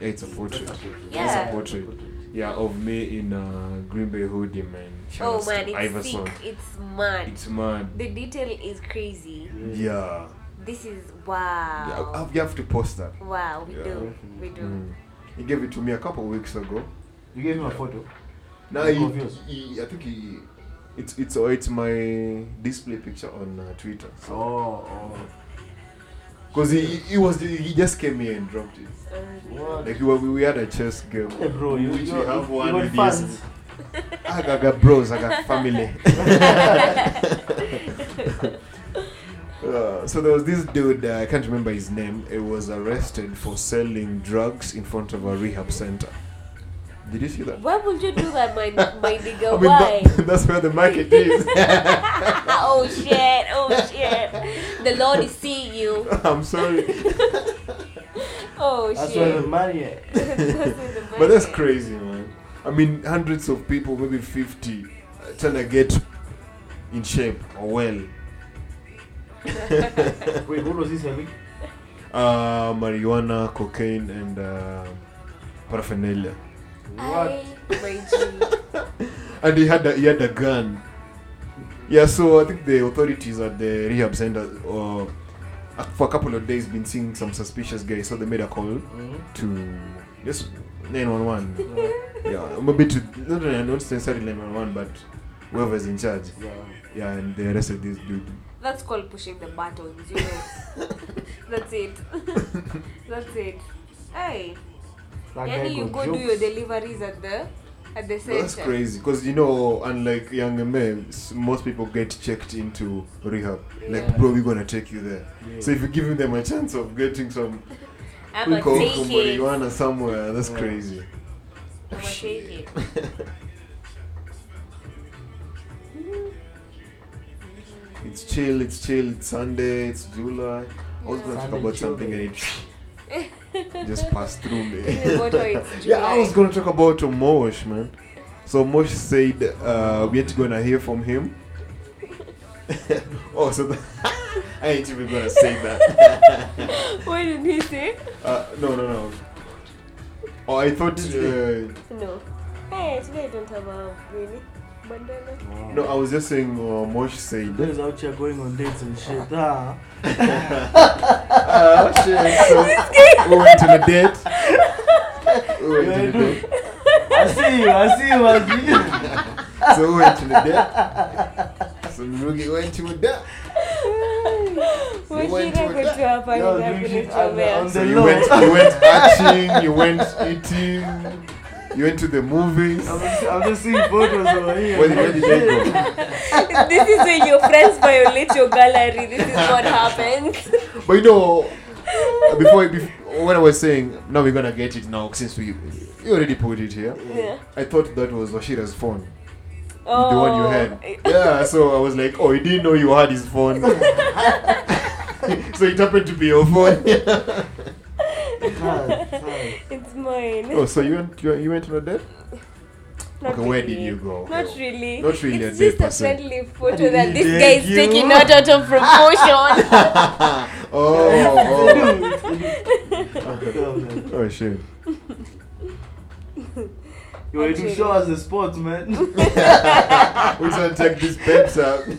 S4: Yeah, it's a portrait. It's
S6: Yeah.
S4: a portrait. Yeah, of me in uh, Green Bay hoodie, man. Shout
S6: Oh
S4: outs to
S6: man, it's
S4: Iverson.
S6: sick. It's mad.
S4: It's mad.
S6: the detail is crazy.
S4: Yeah.
S6: This is
S4: yeah. I-
S6: wow.
S4: I- You have to post that.
S6: Wow, we
S4: Yeah.
S6: do. We do.
S4: Mm. He gave it to me a couple of weeks ago.
S5: You gave him a photo.
S4: Now
S5: I'm
S4: he,
S5: confused.
S4: he, I think he, it's it's oh, it's my display picture on uh, Twitter. So
S5: Oh,
S4: because he, he he was he just came here and dropped it.
S5: oh. What?
S4: Like we, were- we had a chess game.
S5: Hey, bro, you,
S4: which
S5: you,
S4: we have
S5: you
S4: one
S5: got
S4: with
S5: fans.
S4: his. I got, I got bros. I got family. Uh, so there was this dude, uh, I can't remember his name, he was arrested for selling drugs in front of a rehab center. Did you see that?
S6: Why would you do that, my my nigga?
S4: I mean,
S6: Why?
S4: that, that's where the market is.
S6: oh shit! Oh shit! The Lord is seeing you.
S4: I'm sorry.
S6: Oh
S5: That's where
S6: shit!
S5: the money is.
S4: But that's crazy, man. I mean, hundreds of people, maybe 50, uh, trying to get in shape or well.
S5: Wait, what was he selling?
S4: Uh, marijuana, cocaine, and uh, paraphernalia.
S5: What?
S6: I, my G.
S4: And he had a, he had a gun. Yeah, so I think the authorities at the rehab center uh, uh, for a couple of days been seeing some suspicious guys, so they made a call
S5: Hmm?
S4: to just 911. yeah, maybe to not, not necessarily 911, but whoever's in charge.
S5: Yeah.
S4: Yeah, and they arrested this dude.
S6: That's called pushing the buttons, you know. That's it. That's it. Hey,
S5: That guy
S6: yani you go
S5: got
S6: do your
S5: jokes.
S6: deliveries at the at the
S4: Well,
S6: center.
S4: that's crazy because you know, unlike young men, s- most people get checked into rehab. Like,
S6: Yeah.
S4: bro, we're gonna take you there.
S5: Yeah.
S4: So if you give them a chance of getting some
S6: I'm
S4: coke
S6: a
S4: or
S6: take it. I'm
S4: marijuana somewhere, that's
S5: Yeah.
S4: crazy.
S6: a take it.
S4: It's chill. It's chill. It's Sunday. It's July. I was gonna talk
S5: Sunday,
S4: about something and it just passed through me.
S6: Moto, it's
S4: Yeah, I was
S6: July.
S4: gonna talk about Mosh, man. So Mosh said uh, we're gonna hear from him. oh, so the, I ain't even gonna say that.
S6: What did he say?
S4: Uh, no, no, no. Oh, I thought. Uh,
S6: No. Hey, today I don't have a really bandana.
S4: no, I was just saying uh, Mosh said.
S5: Girls out here going on dates and shit. Ah.
S4: Ah, shit. So we went on a date. We went on a date.
S5: I see you, I see you, I see you.
S4: So we went on a date. So Mrugi went to a date.
S6: What
S4: went
S6: should I
S4: to
S6: go
S4: the-
S6: to a party
S5: Yo,
S6: that
S5: you
S6: couldn't
S5: should-
S6: travel?
S5: I'm the- I'm
S4: So
S5: The
S4: you
S5: law.
S4: went, you went acting, you went eating, you went to the movies.
S5: I'm just, I'm just seeing photos over here.
S4: Where, did- where did they go?
S6: this is when your friends violate your gallery. This is what happens.
S4: But you know, before, before when I was saying, now we're gonna get it now since we you already put it here.
S6: Yeah.
S4: I thought that was Washira's phone,
S6: Oh.
S4: the one you had. Yeah. So I was like, oh, he didn't know you had his phone. so it happened to be your phone.
S5: Sad, sad.
S6: It's mine.
S4: oh, so you went you, you went on a date?
S6: Not
S4: okay, where
S6: really.
S4: did you go?
S6: Not really.
S4: Not really
S6: It's
S4: a day
S6: just a
S4: person.
S6: friendly photo
S5: Did
S6: that
S5: he
S6: this
S5: date
S6: guy is
S5: you?
S6: taking out out of promotion.
S4: Oh, oh,
S5: Yo, man.
S4: oh, shit.
S5: Yo, you show us the spots, man.
S4: We're gonna take this Pepsi.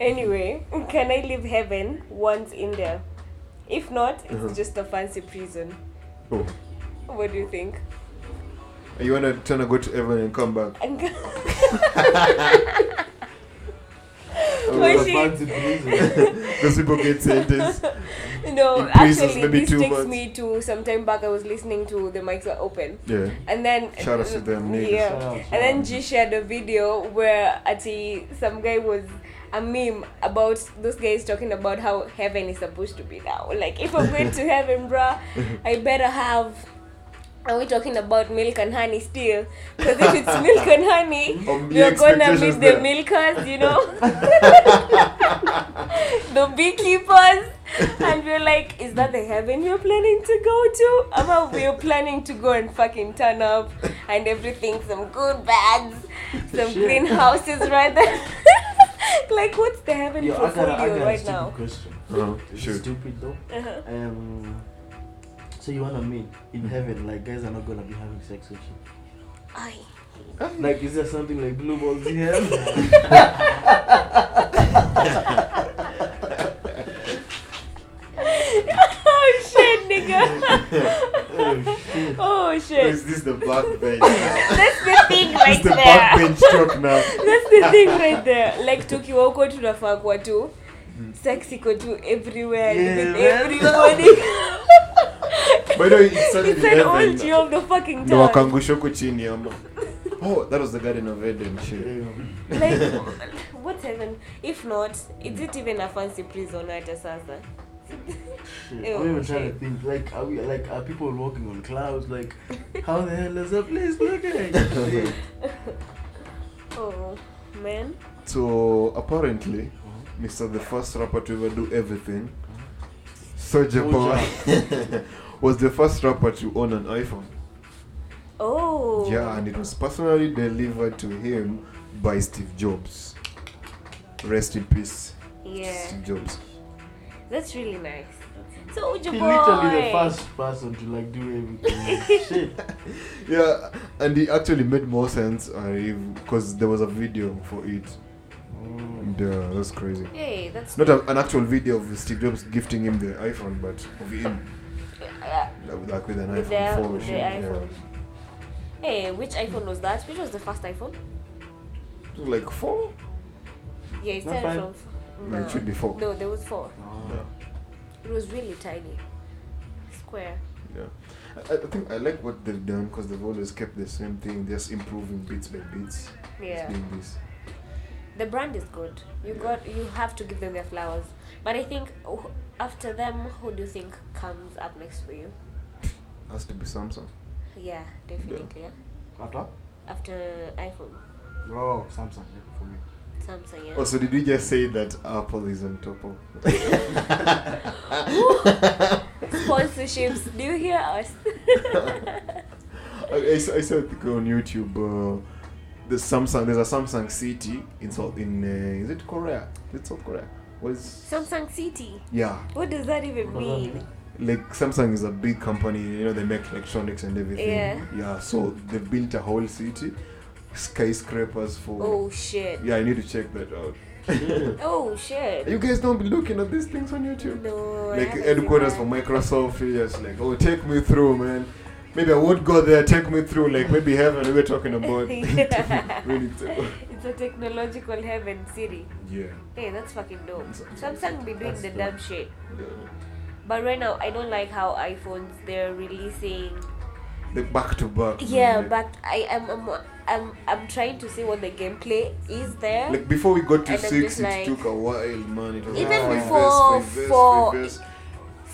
S6: anyway, can I leave heaven once in there? If not, it's
S4: Uh-huh.
S6: just a fancy prison.
S4: Oh,
S6: What do you think?
S4: you wanna trying to go to heaven and come back?
S6: And-
S5: It was
S6: she-
S5: a fancy prison.
S4: Those people get sentenced.
S6: no,
S4: In prisons,
S6: actually,
S4: maybe
S6: this
S4: two
S6: takes
S4: months.
S6: me to some time back. I was listening to the mics are open.
S4: Yeah.
S6: And then
S4: Shout outs to them niggas.
S6: Yeah.
S5: Shout outs,
S6: and then
S5: yeah.
S6: G shared a video where ati some guy was a meme about those guys talking about how heaven is supposed to be now. Like if I'm going to heaven, bruh, I better have are we talking about milk and honey still? Because if it's milk and honey,
S4: Oh, the
S6: you're gonna
S4: expectations
S6: meet
S4: there.
S6: the milkers, you know, the beekeepers, and we're like, is that the heaven you're planning to go to? Ama, we're planning to go and fucking turn up and everything, some good bags, some
S5: Shit.
S6: clean houses, right there. like, what's the heaven
S5: Yo, I gotta, I
S6: portfolio
S5: gotta a
S6: right
S5: stupid
S6: now?
S5: question.
S4: Uh-huh.
S5: It's
S4: Sure.
S5: stupid though. Um, so you wanna mean in heaven, like guys are not gonna be having sex with you?
S6: Aye.
S5: Like, is there something like blue balls in heaven?
S6: oh shit, nigga.
S5: oh shit!
S6: oh shit.
S4: Is this the back bench?
S6: That's the thing right
S4: It's the
S6: there.
S4: back bench talk now.
S6: That's the thing right there. Like tukiwa huko tunafaa kuwa tu sex iko tu everywhere
S5: Mm. Yeah,
S6: with
S5: man.
S6: everybody.
S4: By the way, it's started
S6: It's an old
S4: in
S6: G of the fucking
S4: ndo
S6: town.
S4: wakaangusha huko chini ama oh that was the garden of eden shit
S5: Damn.
S6: Like what's heaven? If not, is it even a fancy prison hata sasa?
S5: Shit.
S6: Ew,
S5: I'm even trying
S6: shit.
S5: to think. Like, are we like are people walking on clouds? Like, how the hell is that place looking? Shit.
S6: Oh man.
S4: so apparently mr the first rapper to ever do everything Soulja Boy was the first rapper to own an iphone
S6: Oh.
S4: yeah and it was personally delivered to him by steve jobs rest in peace
S6: Yeah.
S4: steve jobs
S6: That's really nice. So Ujo
S5: He
S6: boy.
S5: literally the first person to like do everything. Shit.
S4: yeah and it actually made more sense because there was a video for it and, uh, that's crazy
S6: Hey, that's
S4: not a, an actual video of Steve Jobs gifting him the iPhone, but of him
S6: uh,
S4: like, like with an
S6: With the-
S4: iPhone 4
S6: with the
S4: machine.
S6: iPhone. Hey, which iPhone was that? Which was the first iPhone?
S4: Yeah. Like four?
S6: Yeah, it
S5: Not
S6: started
S5: five.
S6: from. f-
S4: No, it should be four.
S6: No, there was four.
S5: Oh.
S6: It was really tiny, square.
S4: Yeah. I, I think I like what they've done because they've always kept the same thing, just improving bits by bits.
S6: Yeah,
S4: Doing this.
S6: the brand is good. You got, you have to give them their flowers. But I think oh, after them, who do you think comes up next for you?
S4: Has to be Samsung.
S6: Yeah, definitely. Yeah.
S5: After?
S6: After iPhone,
S5: Oh, Samsung yeah, for me.
S6: Samsung. Yeah.
S4: Also, Oh, did we just say that Apple is on top of?
S6: Sponsorships. do you hear us?
S4: I, I, saw- I saw it go on YouTube. Uh, the Samsung, there's a Samsung city in South in uh, is it Korea? Is it South Korea? Was
S6: Samsung City.
S4: yeah.
S6: What does that even mean?
S4: like Samsung is a big company, you know, they make electronics and everything.
S6: Yeah.
S4: Yeah, so they built a whole city, skyscrapers for.
S6: Oh shit.
S4: Yeah, I need to check that out.
S6: Oh shit.
S4: You guys don't be looking at these things on YouTube.
S6: No. I
S4: like
S6: haven't seen
S4: headquarters
S6: that.
S4: for Microsoft, you're just like, oh, take me through, man. Maybe I would go there, take me through, like maybe heaven we were talking about.
S6: Yeah.
S4: really terrible.
S6: It's a technological heaven city.
S4: yeah.
S6: Hey, that's fucking dope.
S4: It's- it's-
S6: Samsung be doing
S4: that's
S6: the
S4: dope.
S6: dumb shit.
S4: yeah.
S6: But right now, I don't like how iPhones they're releasing.
S4: Like back to back. man,
S6: Yeah,
S4: like,
S6: but I am I'm, I'm I'm trying to see what the gameplay is there.
S4: Like before we got to
S6: And I'm
S4: six,
S6: just
S4: it
S6: like-
S4: took a while, man. It was
S6: Even
S4: like five
S6: before
S4: verse, five verse,
S6: four-
S4: five verse.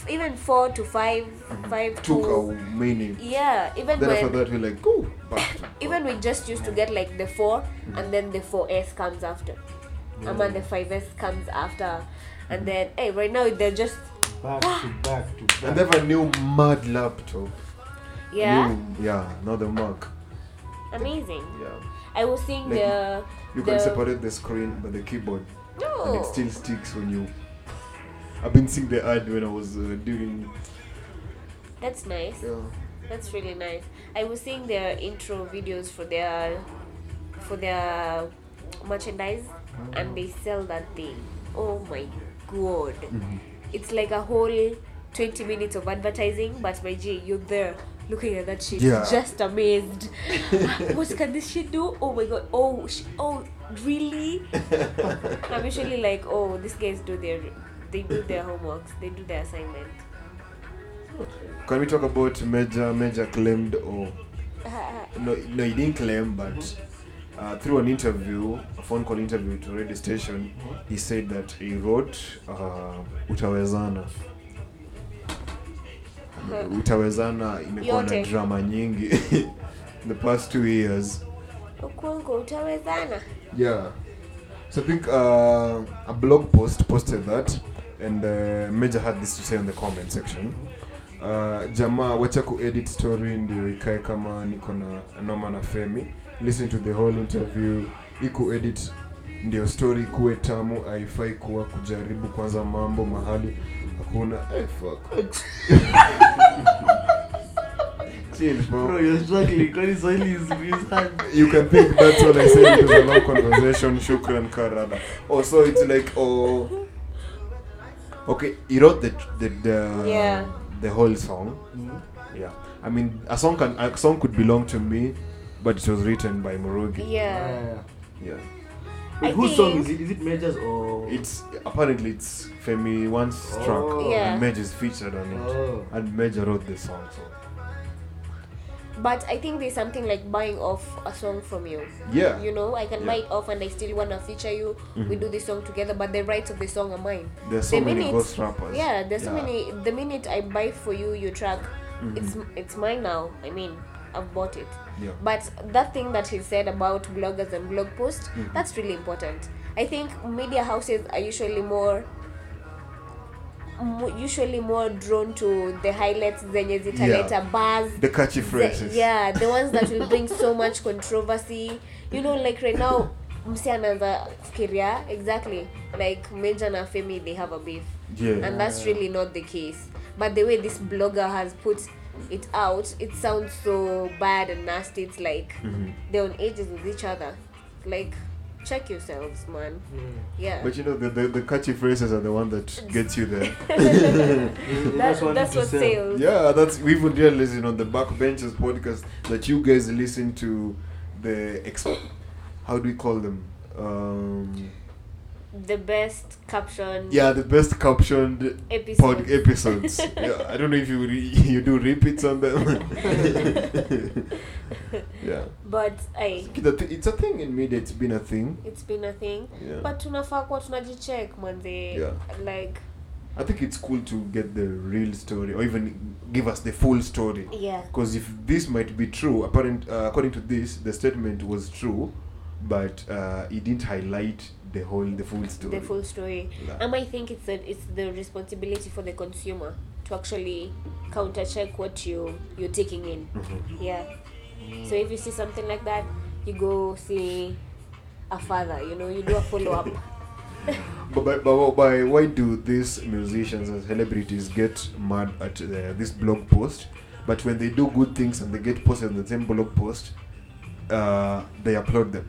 S6: F- Even four to five, five
S4: took
S6: to
S4: a minute.
S6: yeah. Even
S4: Then after
S6: when
S4: that, we're like, go back. to-
S6: even we just used to get like the 4 and then the 4s comes after and then the 5s comes after
S4: Mm-hmm.
S6: and then hey right now they're just
S5: Back to back to back.
S4: and they have a new mad laptop.
S6: yeah
S4: New, yeah, not the Mac.
S6: amazing
S4: Yeah.
S6: i was seeing
S4: Like,
S6: the
S4: You
S6: the- Oh.
S4: can separate the screen but the keyboard, and
S6: no
S4: it still sticks when you. I've been seeing the ad when I was uh, doing.
S6: that's nice
S4: Yeah.
S6: that's really nice i was seeing their intro videos for their for their merchandise and they sell that thing. Oh my god. It's like a whole 20 minutes of advertising, but my G, you're there looking at that shit,
S4: Yeah.
S6: just amazed. what can this shit do? Oh my god. Oh, sh- oh, really? I'm usually like, oh, these guys do their, they do their homeworks, they do their assignment.
S4: Can we talk about Major? Major claimed, or
S6: Ah,
S4: no, no, he didn't claim, but uh, through an interview, a phone call interview to radio station, he said that he wrote uh, Utawezana. Utawezana imekuwa na
S6: Yote.
S4: drama nyingi in the past two years.
S6: Oh, ukwongo utawezana.
S4: Yeah. So I think uh, a blog post posted that, and uh, Major had this to say on the comment section. Uh, jamaa wacha ku edit story ndio ikae kama niko na noma na Femi. Listen to the whole interview. Iku edit ndio story kuwe tamu, haifai kuwa kujaribu kwanza mambo mahali hakuna. Hey, fuck. Chill, bro.
S5: Bro, you're struggling. Kwani Swahili is is hard.
S4: You can think that's what I said. It was a long conversation. Shukran Karada. Also, it's like, oh, okay. He wrote the the the,
S6: Yeah.
S4: the whole song. Yeah, I mean, a song can a song could belong to me, but it was written by Morogi.
S5: Oh.
S6: Yeah.
S4: Yeah,
S5: Wait,
S6: I
S5: whose song
S6: think-
S5: is it? Is it Majors or?
S4: it's apparently it's Femi once struck.
S5: Oh.
S6: Yeah.
S4: And Mej is featured on it,
S5: Oh.
S4: and Major wrote the song. So
S6: But I think there's something like buying off a song from you.
S4: yeah,
S6: You know, I can buy
S4: Yeah. Mm-hmm.
S6: it off and I still wanna feature you. We do this song together, but the rights of the song are mine.
S4: there's so
S6: the
S4: many
S6: minute-
S4: ghost rappers.
S6: Yeah, there's so many. The minute I buy for you your track, it's it's mine now. I mean, I've bought it.
S4: Mm-hmm. Yeah.
S6: But that thing that he said about bloggers and blog posts,
S4: Mm-hmm.
S6: that's really important. I think media houses are usually more mo- usually more drawn to the highlights zenye zitaleta buzz
S4: The catchy
S6: the-
S4: phrases.
S6: yeah the ones that will bring so much controversy you know like right now msi anaanza kufikiria exactly like major na femi they have a beef
S4: Yeah.
S6: and that's really not the case but the way this blogger has put it out it sounds so bad and nasty it's like
S4: Mm-hmm.
S6: they're on edges with each other like check yourselves man yeah
S4: But you know, the, the, the catchy phrases are the one that gets you there.
S5: They
S6: that,
S5: just wanted
S6: that's
S5: to
S6: what
S5: sell.
S6: sales
S4: Yeah, that's we even realized on the Backbenchers podcast that you guys listen to the ex- how do we call them? Um,
S6: the best caption
S4: yeah, the best captioned pod
S6: episode
S4: episodes. yeah, I don't know if you re- you do repeats on them. yeah,
S6: but i
S4: The thi- it's a thing in media. It's been a thing.
S6: it's been a thing
S4: Yeah,
S6: but tunafaa kuwa tunajicheck manze
S4: Yeah.
S6: like
S4: I think it's cool to get the real story or even give us the full story.
S6: yeah
S4: Because if this might be true, apparent uh, according to this, the statement was true, but uh, it didn't highlight the whole, the full story.
S6: the full story
S4: Yeah.
S6: and i think it's a, it's the responsibility for the consumer to actually counter check what you you're taking in
S4: Mm-hmm.
S6: yeah so if you see something like that you go see a father you know you do a follow up
S4: But, but, but, but why do these musicians and celebrities get mad at uh, this blog post? But when they do good things and they get posted on the same blog post, uh, they applaud them.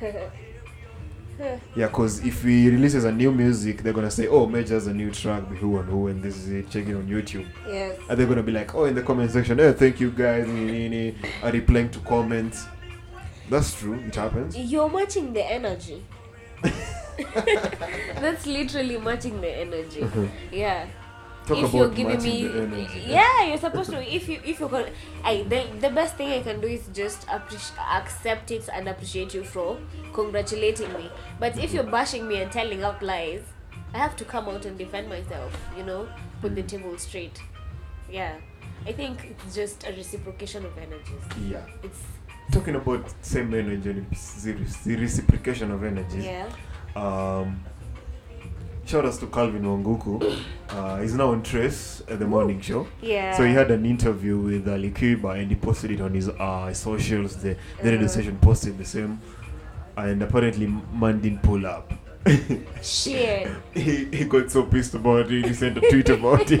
S4: yeah, because if he releases a new music, they're gonna say, "Oh, Major's a new track, the who and who, and this is it." Check it on YouTube.
S6: yes
S4: Are they gonna be like, oh, in the comment section, oh, thank you guys, nee, nee, nee. are replying to comments? That's true, it happens.
S6: you're matching the energy that's literally matching the energy yeah
S4: Mm-hmm. Talk
S6: if
S4: about
S6: you're giving
S4: matching
S6: me
S4: the energy.
S6: yeah you're supposed to if you if you con- I the, the best thing i can do is just appreci- accept it and appreciate you for congratulating me but
S4: Mm-hmm.
S6: if you're bashing me and telling out lies i have to come out and defend myself you know put the
S4: Mm-hmm.
S6: table straight yeah i think it's just a reciprocation of energies
S4: Yeah.
S6: it's
S4: Talking about same energy and the the reciprocation of energy.
S6: yeah
S4: Um, shout outs to Calvin Wanguku. Uh, he's now on Trace at the morning show.
S6: yeah
S4: So he had an interview with Ali Cuba and he posted it on his uh, socials. The, the radio
S6: Uh-huh.
S4: station posted the same. And apparently, man didn't pull up.
S6: shit
S4: he, he got so pissed about it, he sent a tweet about it.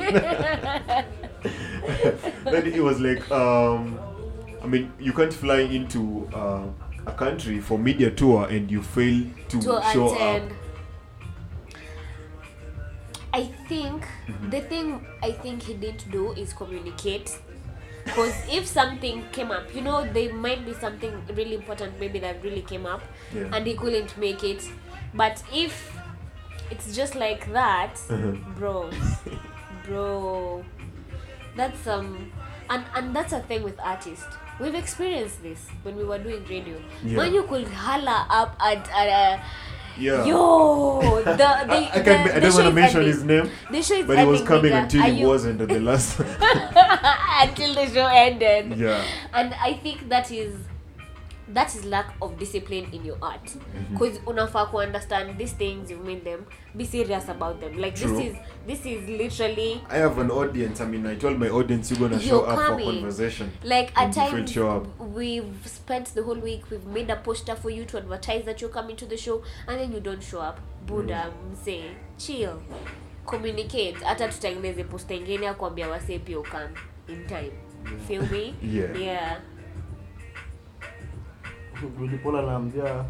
S4: then it was like, um, I mean, you can't fly into uh, a country for media tour and you fail to,
S6: to
S4: show
S6: attend.
S4: up.
S6: I think
S4: Mm-hmm.
S6: the thing I think he didn't do is communicate. Because if something came up, you know, there might be something really important maybe that really came up
S4: Yeah.
S6: and he couldn't make it. But if it's just like that,
S4: Uh-huh.
S6: bro, bro, that's um, and and that's a thing with artists. We've experienced this when we were doing radio.
S4: Yeah.
S6: When you could holler up at. at uh,
S4: Yeah.
S6: Yo, the, the,
S4: I, I,
S6: the,
S4: can't, I
S6: the
S4: don't
S6: show
S4: want to
S6: is
S4: mention
S6: ending.
S4: his name,
S6: The show is
S4: but he was
S6: ending,
S4: coming
S6: nigga.
S4: until
S6: Are
S4: he
S6: you-
S4: wasn't at the last.
S6: until the show ended.
S4: yeah.
S6: And I think that is that is lack of discipline in your art
S4: Mm-hmm.
S6: because unafaa ku understand these things you mean them be serious about them like
S4: True.
S6: this is this is literally
S4: I have an audience. I mean, I told my audience you're gonna show
S6: You're
S4: up
S6: coming.
S4: for conversation.
S6: like at
S4: And you failed
S6: times
S4: to show up.
S6: we've spent the whole week we've made a poster for you to advertise that you're coming to the show and then you don't show up buda
S4: Mm.
S6: msee chill communicate hata tutengeneze posta ingine ya kuambia wasee pia ukam in time feel me
S4: Yeah.
S6: yeah
S5: ulipola naambia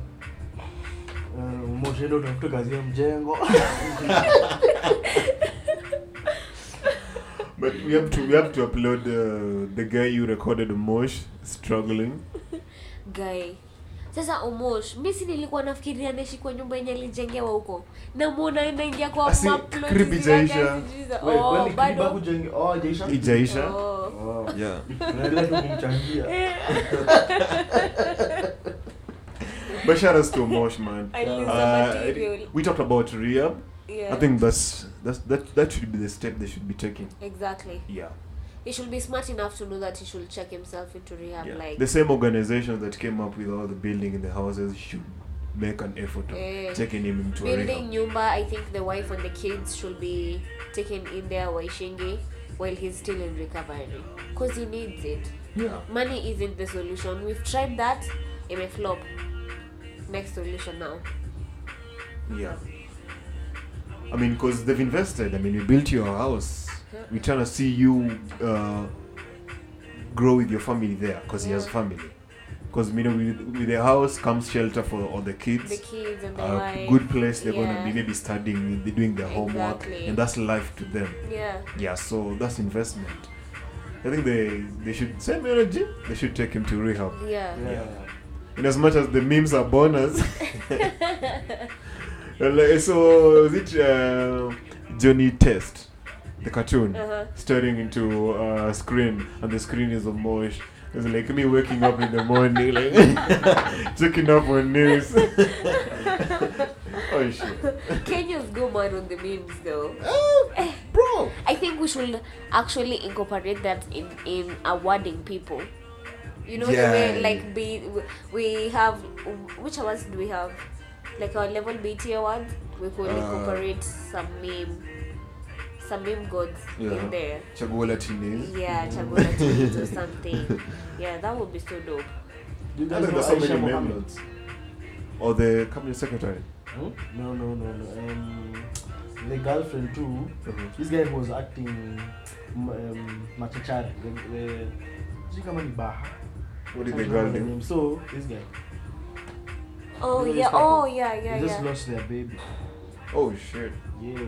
S5: uh, moshendo utafute kazi ya mjengo
S4: But we have to we have to upload uh, the guy you recorded Mosh struggling.
S6: guy sasa omosh mi si nilikuwa nafikiria anaishi kwa nyumba yenye alijengewa huko namwona anaingia kwa
S4: Asi,
S6: maploti
S4: crib
S6: zile
S4: ijaisha.
S6: gari sijui za-
S5: Wait,
S6: Oh,
S5: kwani
S6: bado.
S5: kiba kujenge- oh, jaisha
S4: Ijaisha.
S6: Oh.
S5: Oh.
S1: Yeah.
S5: Tunaendelea tu kumchangia
S4: But shout outs to Mosh man. Uh,
S6: I lose the material.
S4: we talked about rehab.
S6: Yeah.
S4: I think that's that's that that should be the step they should be taking.
S6: exactly
S4: Yeah.
S6: he should be smart enough to know that he should check himself into rehab
S4: yeah.
S6: like
S4: the same organizations that came up with all the building in the houses should make an effort of
S6: Eh,
S4: checking him into a
S6: building
S4: rehab.
S6: nyumba i think the wife and the kids should be taken in there waishingi while he's still in recovery because he needs it
S4: Yeah.
S6: money isn't the solution we've tried that it may flop next solution now
S4: Yeah. I mean, because they've invested. I mean, we built your house. We're trying to see you uh, grow with your family there because he has family. Because, you know, with, with the house comes shelter for all the kids.
S6: the kids and the
S4: a
S6: wife
S4: good place they're going to
S6: Yeah.
S4: be maybe studying, they're doing their homework,
S6: Exactly.
S4: and that's life to them.
S6: yeah
S4: Yeah, so that's investment. I think they they should send me on a gym. They should take him to rehab.
S6: yeah
S5: Yeah.
S4: In as much as the memes are bonus. Like, so is it uh, Johnny Test, the cartoon,
S6: Uh-huh.
S4: staring into a screen, and the screen is a mosh. It's like me waking up in the morning, like checking up on news. oh shit,
S6: Kenyans go mad on the memes though.
S4: bro!
S6: I think we should actually incorporate that in in awarding people. You know the way
S4: Yeah.
S6: like be we have which awards do we have? Like our level BT awards, we could
S4: Uh,
S6: incorporate some meme, some meme gods
S4: Yeah.
S6: in there.
S4: Chagua Latinos.
S6: Yeah, Chagula Tunes or something. Yeah, that would be so dope.
S5: Do you
S4: I
S5: guys
S4: think
S5: know
S4: there's so many
S5: Aisha
S4: meme
S5: Mohammed?
S4: lords. Or the company secretary.
S5: Hmm? No, no, no, no. Um, the girlfriend too.
S4: Mhm.
S5: This guy who was acting m- um, Machachari. The, the, sijui kama ni Baha.
S4: What
S5: I
S4: did the
S5: don't
S4: girl
S5: remember the
S4: do?
S5: name. So this guy,
S6: Oh
S5: Really
S6: yeah,
S5: respectful.
S6: oh yeah, yeah,
S5: they just
S6: yeah.
S5: lost their baby.
S4: Oh shit.
S5: Yeah,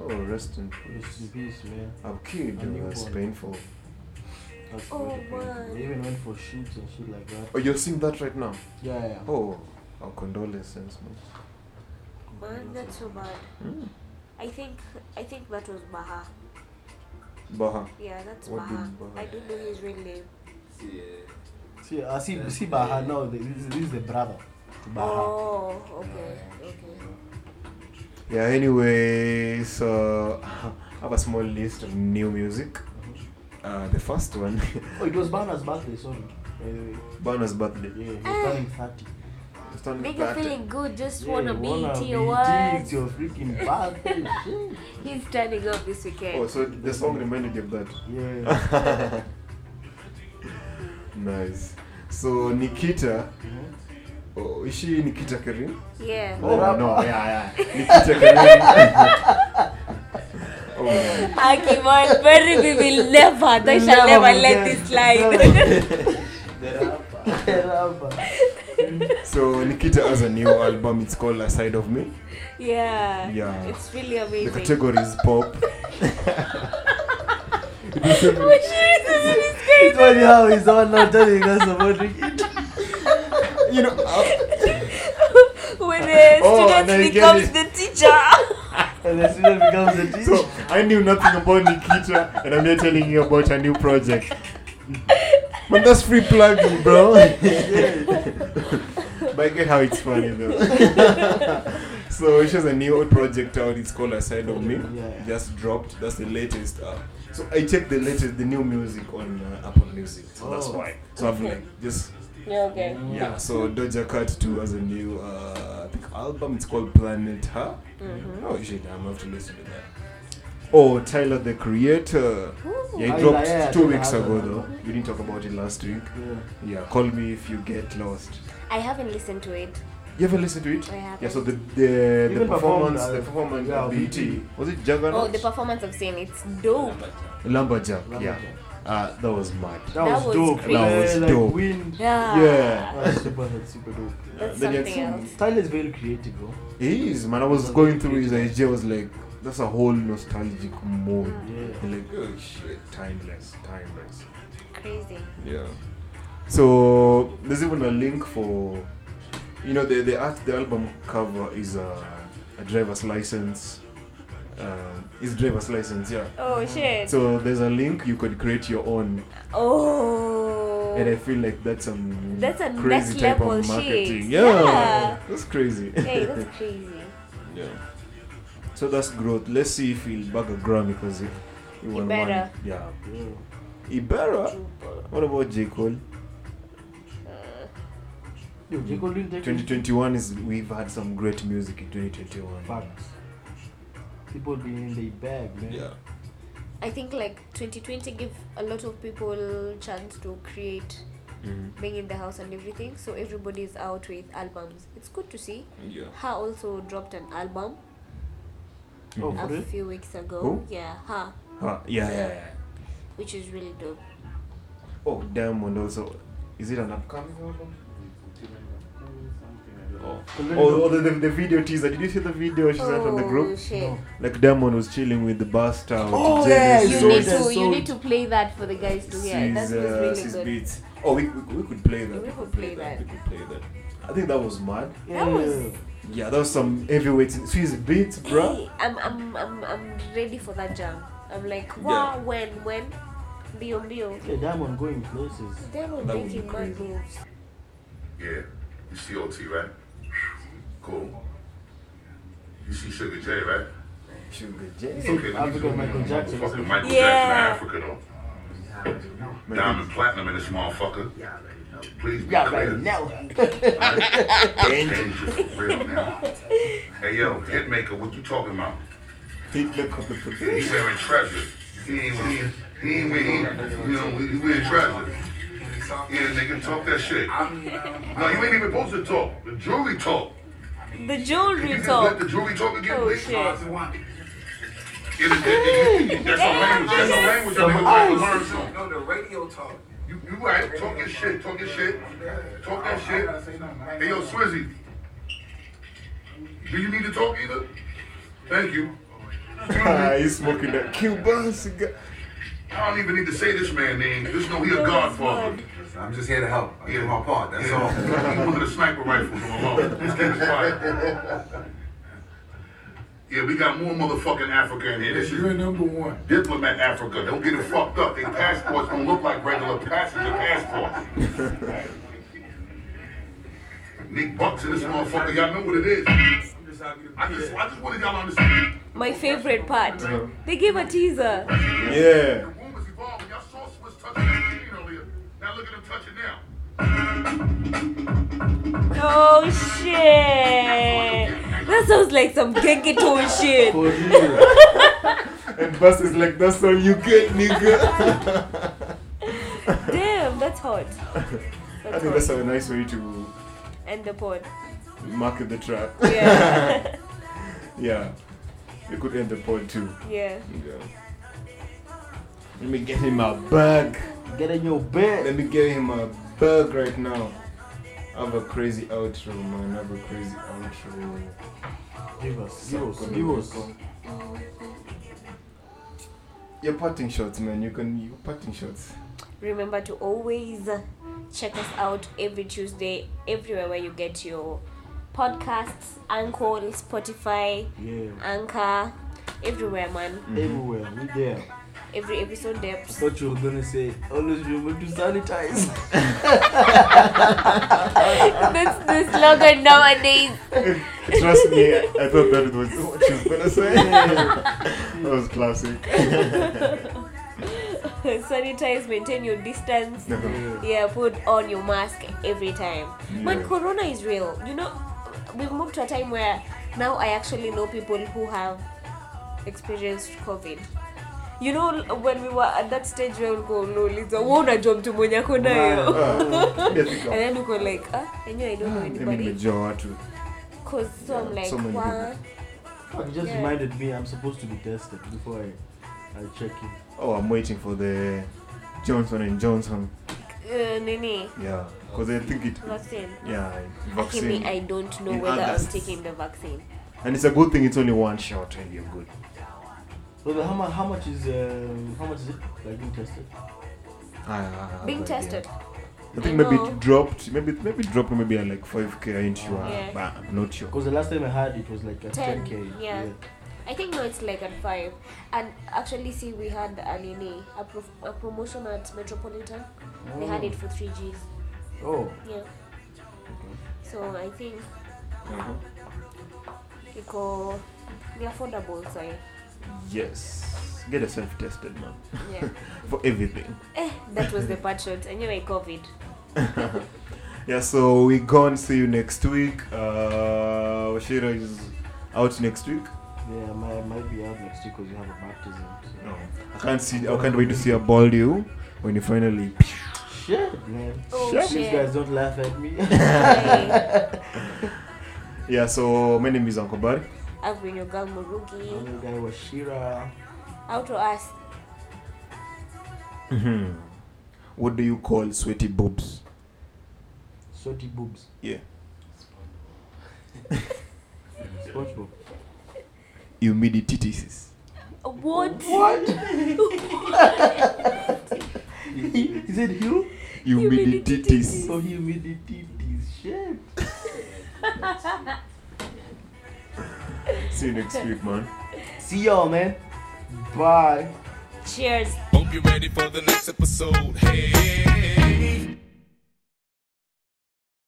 S4: Oh, rest in
S5: rest in
S4: peace.
S5: peace, man.
S4: I'm killed.
S5: A new
S4: That's
S5: one.
S4: painful.
S5: That's
S6: Oh,
S5: really painful.
S6: man.
S5: They even went for shoots and shit like that.
S4: Oh, you're seeing that right now?
S5: Yeah, yeah.
S4: Oh, our condolences, man.
S6: Man, that's so bad.
S4: Mm.
S6: I think I think that was Baha.
S4: Baha.
S6: Yeah, that's
S4: What
S6: Baha.
S4: did Baha-
S6: I don't know his real name.
S5: See, uh, see, see Baha now. the- This, this is the brother. to Baha.
S6: Oh, okay, okay.
S4: Yeah, anyway, so I have a small list of new music. Uh, the first one,
S5: Oh, it was Baha's birthday. Sorry. Uh,
S4: Bana's birthday.
S5: yeah, he was turning thirty.
S4: It's turning
S6: Make her
S4: 30.
S6: feeling good, Eh. just
S5: Yeah,
S6: wanna
S5: you
S6: be
S5: wanna
S6: to
S5: be
S6: your
S5: tea, It's
S6: words.
S5: your freaking birthday. shit.
S6: He's turning up this weekend.
S4: Oh, so the song reminded you of that.
S5: yeah.
S4: nice. So Nikita,
S5: Mhm.
S4: oh, is she Nikita Karim?
S6: yeah.
S5: Oh, rapper.
S4: no, yeah, yeah. Nikita Karim. oh, no.
S6: Akiman, Mary, we will never, they shall never let this slide.
S5: The rapper. Teraba.
S4: So Nikita has a new album. It's called A Side of Me.
S6: Yeah.
S4: Yeah.
S6: It's really
S4: The
S6: amazing.
S4: category is pop.
S6: But she Oh, is really
S5: It's
S6: scared.
S5: funny how he's the one now telling us about it.
S4: You know, uh,
S6: when the
S4: Oh,
S6: student
S4: now you get
S6: becomes
S4: it.
S6: the teacher.
S5: And the student becomes a teacher.
S4: so I knew nothing about Nikita, and I'm here telling you about her new project. But that's free plugging, bro. but I get how it's funny though. so she has a new project out. It's called Aside of Me.
S5: Yeah.
S4: Just dropped. That's the latest. Uh, so I checked the latest, the new music on uh, Apple Music. So that's
S5: Oh.
S4: why. So I've like just
S6: yeah, okay.
S4: Yeah, so Doja Cat 2 has a new uh, I think album. It's called Planet Her. Oh shit, I'm have to listen to that. Oh, Tyler the Creator. Yeah,
S5: Oh,
S4: it dropped
S5: yeah, yeah,
S4: two
S5: Tyler
S4: weeks
S5: has
S4: ago
S5: an
S4: though.
S5: album.
S4: We didn't talk about it last week.
S5: Yeah.
S4: Yeah, Call Me If You Get Lost.
S6: I haven't listened to it.
S4: You ever listened to it?
S6: I haven't.
S4: Yeah, so the the, the
S5: Even performed,
S4: performance,
S5: uh,
S4: the performance
S5: yeah,
S4: of
S5: BT.
S4: BT. Was it Juggernaut?
S6: Oh, the performance I've seen, it's dope.
S4: Lumberjack, yeah.
S5: Lumberjack.
S4: Uh, that was mad.
S5: That,
S6: That
S5: was,
S6: was
S5: dope.
S6: great.
S4: That was
S5: Yeah,
S4: dope.
S5: Like win.
S6: Yeah.
S4: Yeah.
S5: That was super, that's super dope.
S6: That's
S4: Then you had
S6: something
S4: some-
S6: else.
S5: Tyler is very creative, bro.
S4: He is, man. I was going through his IG. I was like, that's a whole nostalgic mode.
S5: Yeah.
S4: And like, oh shit, timeless, timeless.
S6: Crazy.
S4: Yeah. So there's even a link for, you know, the the art, the album cover is a, a driver's license. Um, it's driver's license, yeah.
S6: Oh, shit.
S4: So there's a link you could create your own,
S6: oh.
S4: and I feel like that's some
S6: That's a
S4: crazy
S6: next
S4: type
S6: level
S4: of marketing.
S6: shit.
S4: Yeah,
S6: Yeah.
S4: that's crazy.
S6: hey, that's crazy.
S4: Yeah. So that's growth. Let's see if he'll bag a Grammy because he, he won one.
S6: better.
S4: Yeah.
S5: Yeah.
S4: He better. What about J. Cole?
S5: Yo, J. Cole didn't take
S4: 2021 is we've had some great music in 2021.
S5: Facts. People being in their bag, man.
S4: Yeah.
S6: I think like 2020 give a lot of people chance to create
S4: Mhm.
S6: being in the house and everything so everybody's out with albums it's good to see
S4: Yeah.
S6: her also dropped an album
S5: Oh,
S6: a
S5: for real?
S6: few weeks ago
S4: Who?
S6: yeah her
S4: Huh, yeah, yeah, yeah.
S6: which is really dope
S4: Oh, Diamond also. Is it an upcoming album? Oh, oh, the, the, the video teaser. Did you see the video she sent on the
S6: oh
S4: group?
S6: shit
S5: No.
S4: Like Diamond was chilling with the bust out.
S5: Oh,
S4: Jenny's
S5: yeah,
S6: you
S5: So
S6: need
S5: it's-
S4: daughter.
S6: to you
S5: so-
S6: need to play that for the guys to hear that was
S4: Caesar,
S6: really
S4: Sis
S6: good
S4: uh, Beats. Oh, we, we, we could play that.
S6: We could play that.
S4: We could play that. I think that was mad.
S6: That was-
S4: Yeah, that was some heavyweight. Swiss Beats, bruh.
S6: Hey, I'm, I'm I'm I'm ready for that jam I'm like
S4: Yeah.
S6: wow when when bio bio
S5: Yeah, Diamond going places.
S6: they were
S4: That would be
S6: making mad
S4: crazy.
S6: moves
S7: Yeah, you see OT, right? Cool. You see Sugar J, right?
S4: Sugar J.
S5: So African Michael Jackson. or
S7: Fucking
S5: something.
S7: Michael
S6: Yeah.
S7: Jackson in Africa, though. Diamond platinum in this motherfucker. Please be
S5: Yeah,
S7: clear.
S5: right now.
S7: Change it for real now. Hey yo, Hitmaker, what you talking about? He wearing treasure. He ain't winning. He ain't winning. You know, he wearing treasure. Yeah, nigga, talk that shit. No, you ain't even supposed to talk. The jury talk.
S6: the
S7: If you
S6: jewelry
S7: just
S6: talk
S7: let the jury talk again,
S6: Oh,
S7: please.
S6: shit.
S7: That's a language. That's a language that niggas have to learn too.
S8: No, the radio talk.
S7: You, you right, talk your shit, talk your shit, talk that shit. Hey, yo, Swizzy, do you need to talk either? Thank you.
S4: Ah, he's smoking that Cuban cigar.
S7: I don't even need to say this man name. Just know he a godfather.
S8: I'm just here to help. I did my part. That's
S7: So,
S8: all.
S7: he wanted a sniper rifle from above. Let's keep it quiet. Yeah, we got more motherfucking Africa in here. This is
S8: number one.
S7: diplomat Africa. Don't get it fucked up. Their passports don't look like regular passenger passports. Nick Bucks and this motherfucker, y'all know what it is.
S8: I'm just happy to be
S7: I just,
S8: here.
S7: I just wanted y'all to understand.
S6: My favorite part. They gave a teaser.
S4: Yeah.
S7: The room is evolving. Y'all saw Swiss touching the screen earlier. Now look at him touching now.
S6: Oh shit! That sounds like some Gengeton shit.
S5: For real.
S4: And Bus is like, that's all you get, nigga.
S6: Damn, that's hot.
S4: I
S6: That's
S4: think that's
S6: hot.
S4: a nice way to
S6: End the pod.
S4: market the track.
S6: Yeah.
S4: Yeah. You could end the pod too.
S6: yeah.
S4: Yeah. Let me get him a bag.
S5: Get in your bed.
S4: Let me get him a Berg right now. Have a crazy outro, man. Have a crazy outro.
S5: Give us, give us,
S4: Gonna
S5: give
S4: work
S5: us.
S4: on- Your parting shots, man. You can your parting shots.
S6: Remember to always check us out every Tuesday, everywhere where you get your podcasts, Anchor, Spotify,
S5: Yeah.
S6: Anchor, everywhere, man.
S5: Everywhere, we there.
S6: Every episode depth.
S5: Thought you were gonna say always remember to sanitize.
S6: That's the slogan nowadays.
S4: Trust me, I I thought that was what she was gonna say. that was classic.
S6: Sanitize, maintain your distance.
S4: Yeah.
S6: Yeah, put on your mask every time. Man,
S4: Yeah.
S6: corona is real. You know, we've moved to a time where now I actually know people who have experienced COVID. You know, l- when we were at that stage where we'll go, no, Liza, una job to mwenye ako nayo."
S4: Ah, there we
S6: And
S4: go.
S6: then we go like, ah, and you, I don't know
S4: Mimi
S6: anybody.
S4: nimejua watu.
S6: Cause so I'm
S4: Yeah,
S6: like,
S4: so many
S6: wow.
S5: Fuck, it just
S6: Yeah.
S5: reminded me I'm supposed to be tested before I, I check in.
S4: Oh, I'm waiting for the Johnson and Johnson.
S6: Uh, nini,
S4: Yeah, because I think it.
S6: vaccine.
S4: Yeah,
S6: Kimi, I
S4: vaccine.
S6: don't know
S4: In
S6: whether I'm
S4: August.
S6: taking the vaccine.
S4: And it's a good thing. It's only one shot, and you're good.
S5: Well, how much? How much is um, how much is it like being tested?
S4: I- I- I-
S6: Being
S4: I-
S6: tested.
S4: I think
S6: I
S4: maybe
S6: know.
S4: it dropped. Maybe maybe it dropped. Maybe at like five k. I ain't sure,
S6: Yeah.
S4: but I'm not sure.
S5: Because the last time I had it was like at
S6: 10,
S5: 10k.
S6: yeah. I think no, it's like at five. And actually, see, we had a nini, a, pro- a promotion at Metropolitan. They had it for three Gs.
S5: Oh,
S6: Yeah. So I think Uh-huh. it go be affordable. So
S4: Yes, get yourself tested, man,
S6: yeah.
S4: for everything.
S6: eh, that was the patriot. Anyway, COVID.
S4: Yeah, so we gone. See you next week. Uh, Shira is out next week.
S5: yeah, I might, might be out next week because you have a baptism. So.
S4: No, I can't see. I can't wait to see a bald you when you finally.
S5: Shit, man.
S6: Oh
S4: Sure.
S5: These
S6: shit.
S5: guys don't laugh at me.
S6: Hey,
S4: Yeah, so my name is Uncle Barry.
S6: I've been your gang Murugi.
S5: Another guy was Shira.
S6: Out to us.
S4: What do you call sweaty boobs?
S5: Sweaty boobs.
S4: Yeah,
S5: SpongeBob.
S4: humidities.
S6: What?
S5: is it you?
S4: Humidities.
S5: So humidity. Shit.
S4: See you next week, man.
S5: See y'all, man. Bye.
S6: Cheers.
S9: Hope you're ready for the next episode. Hey.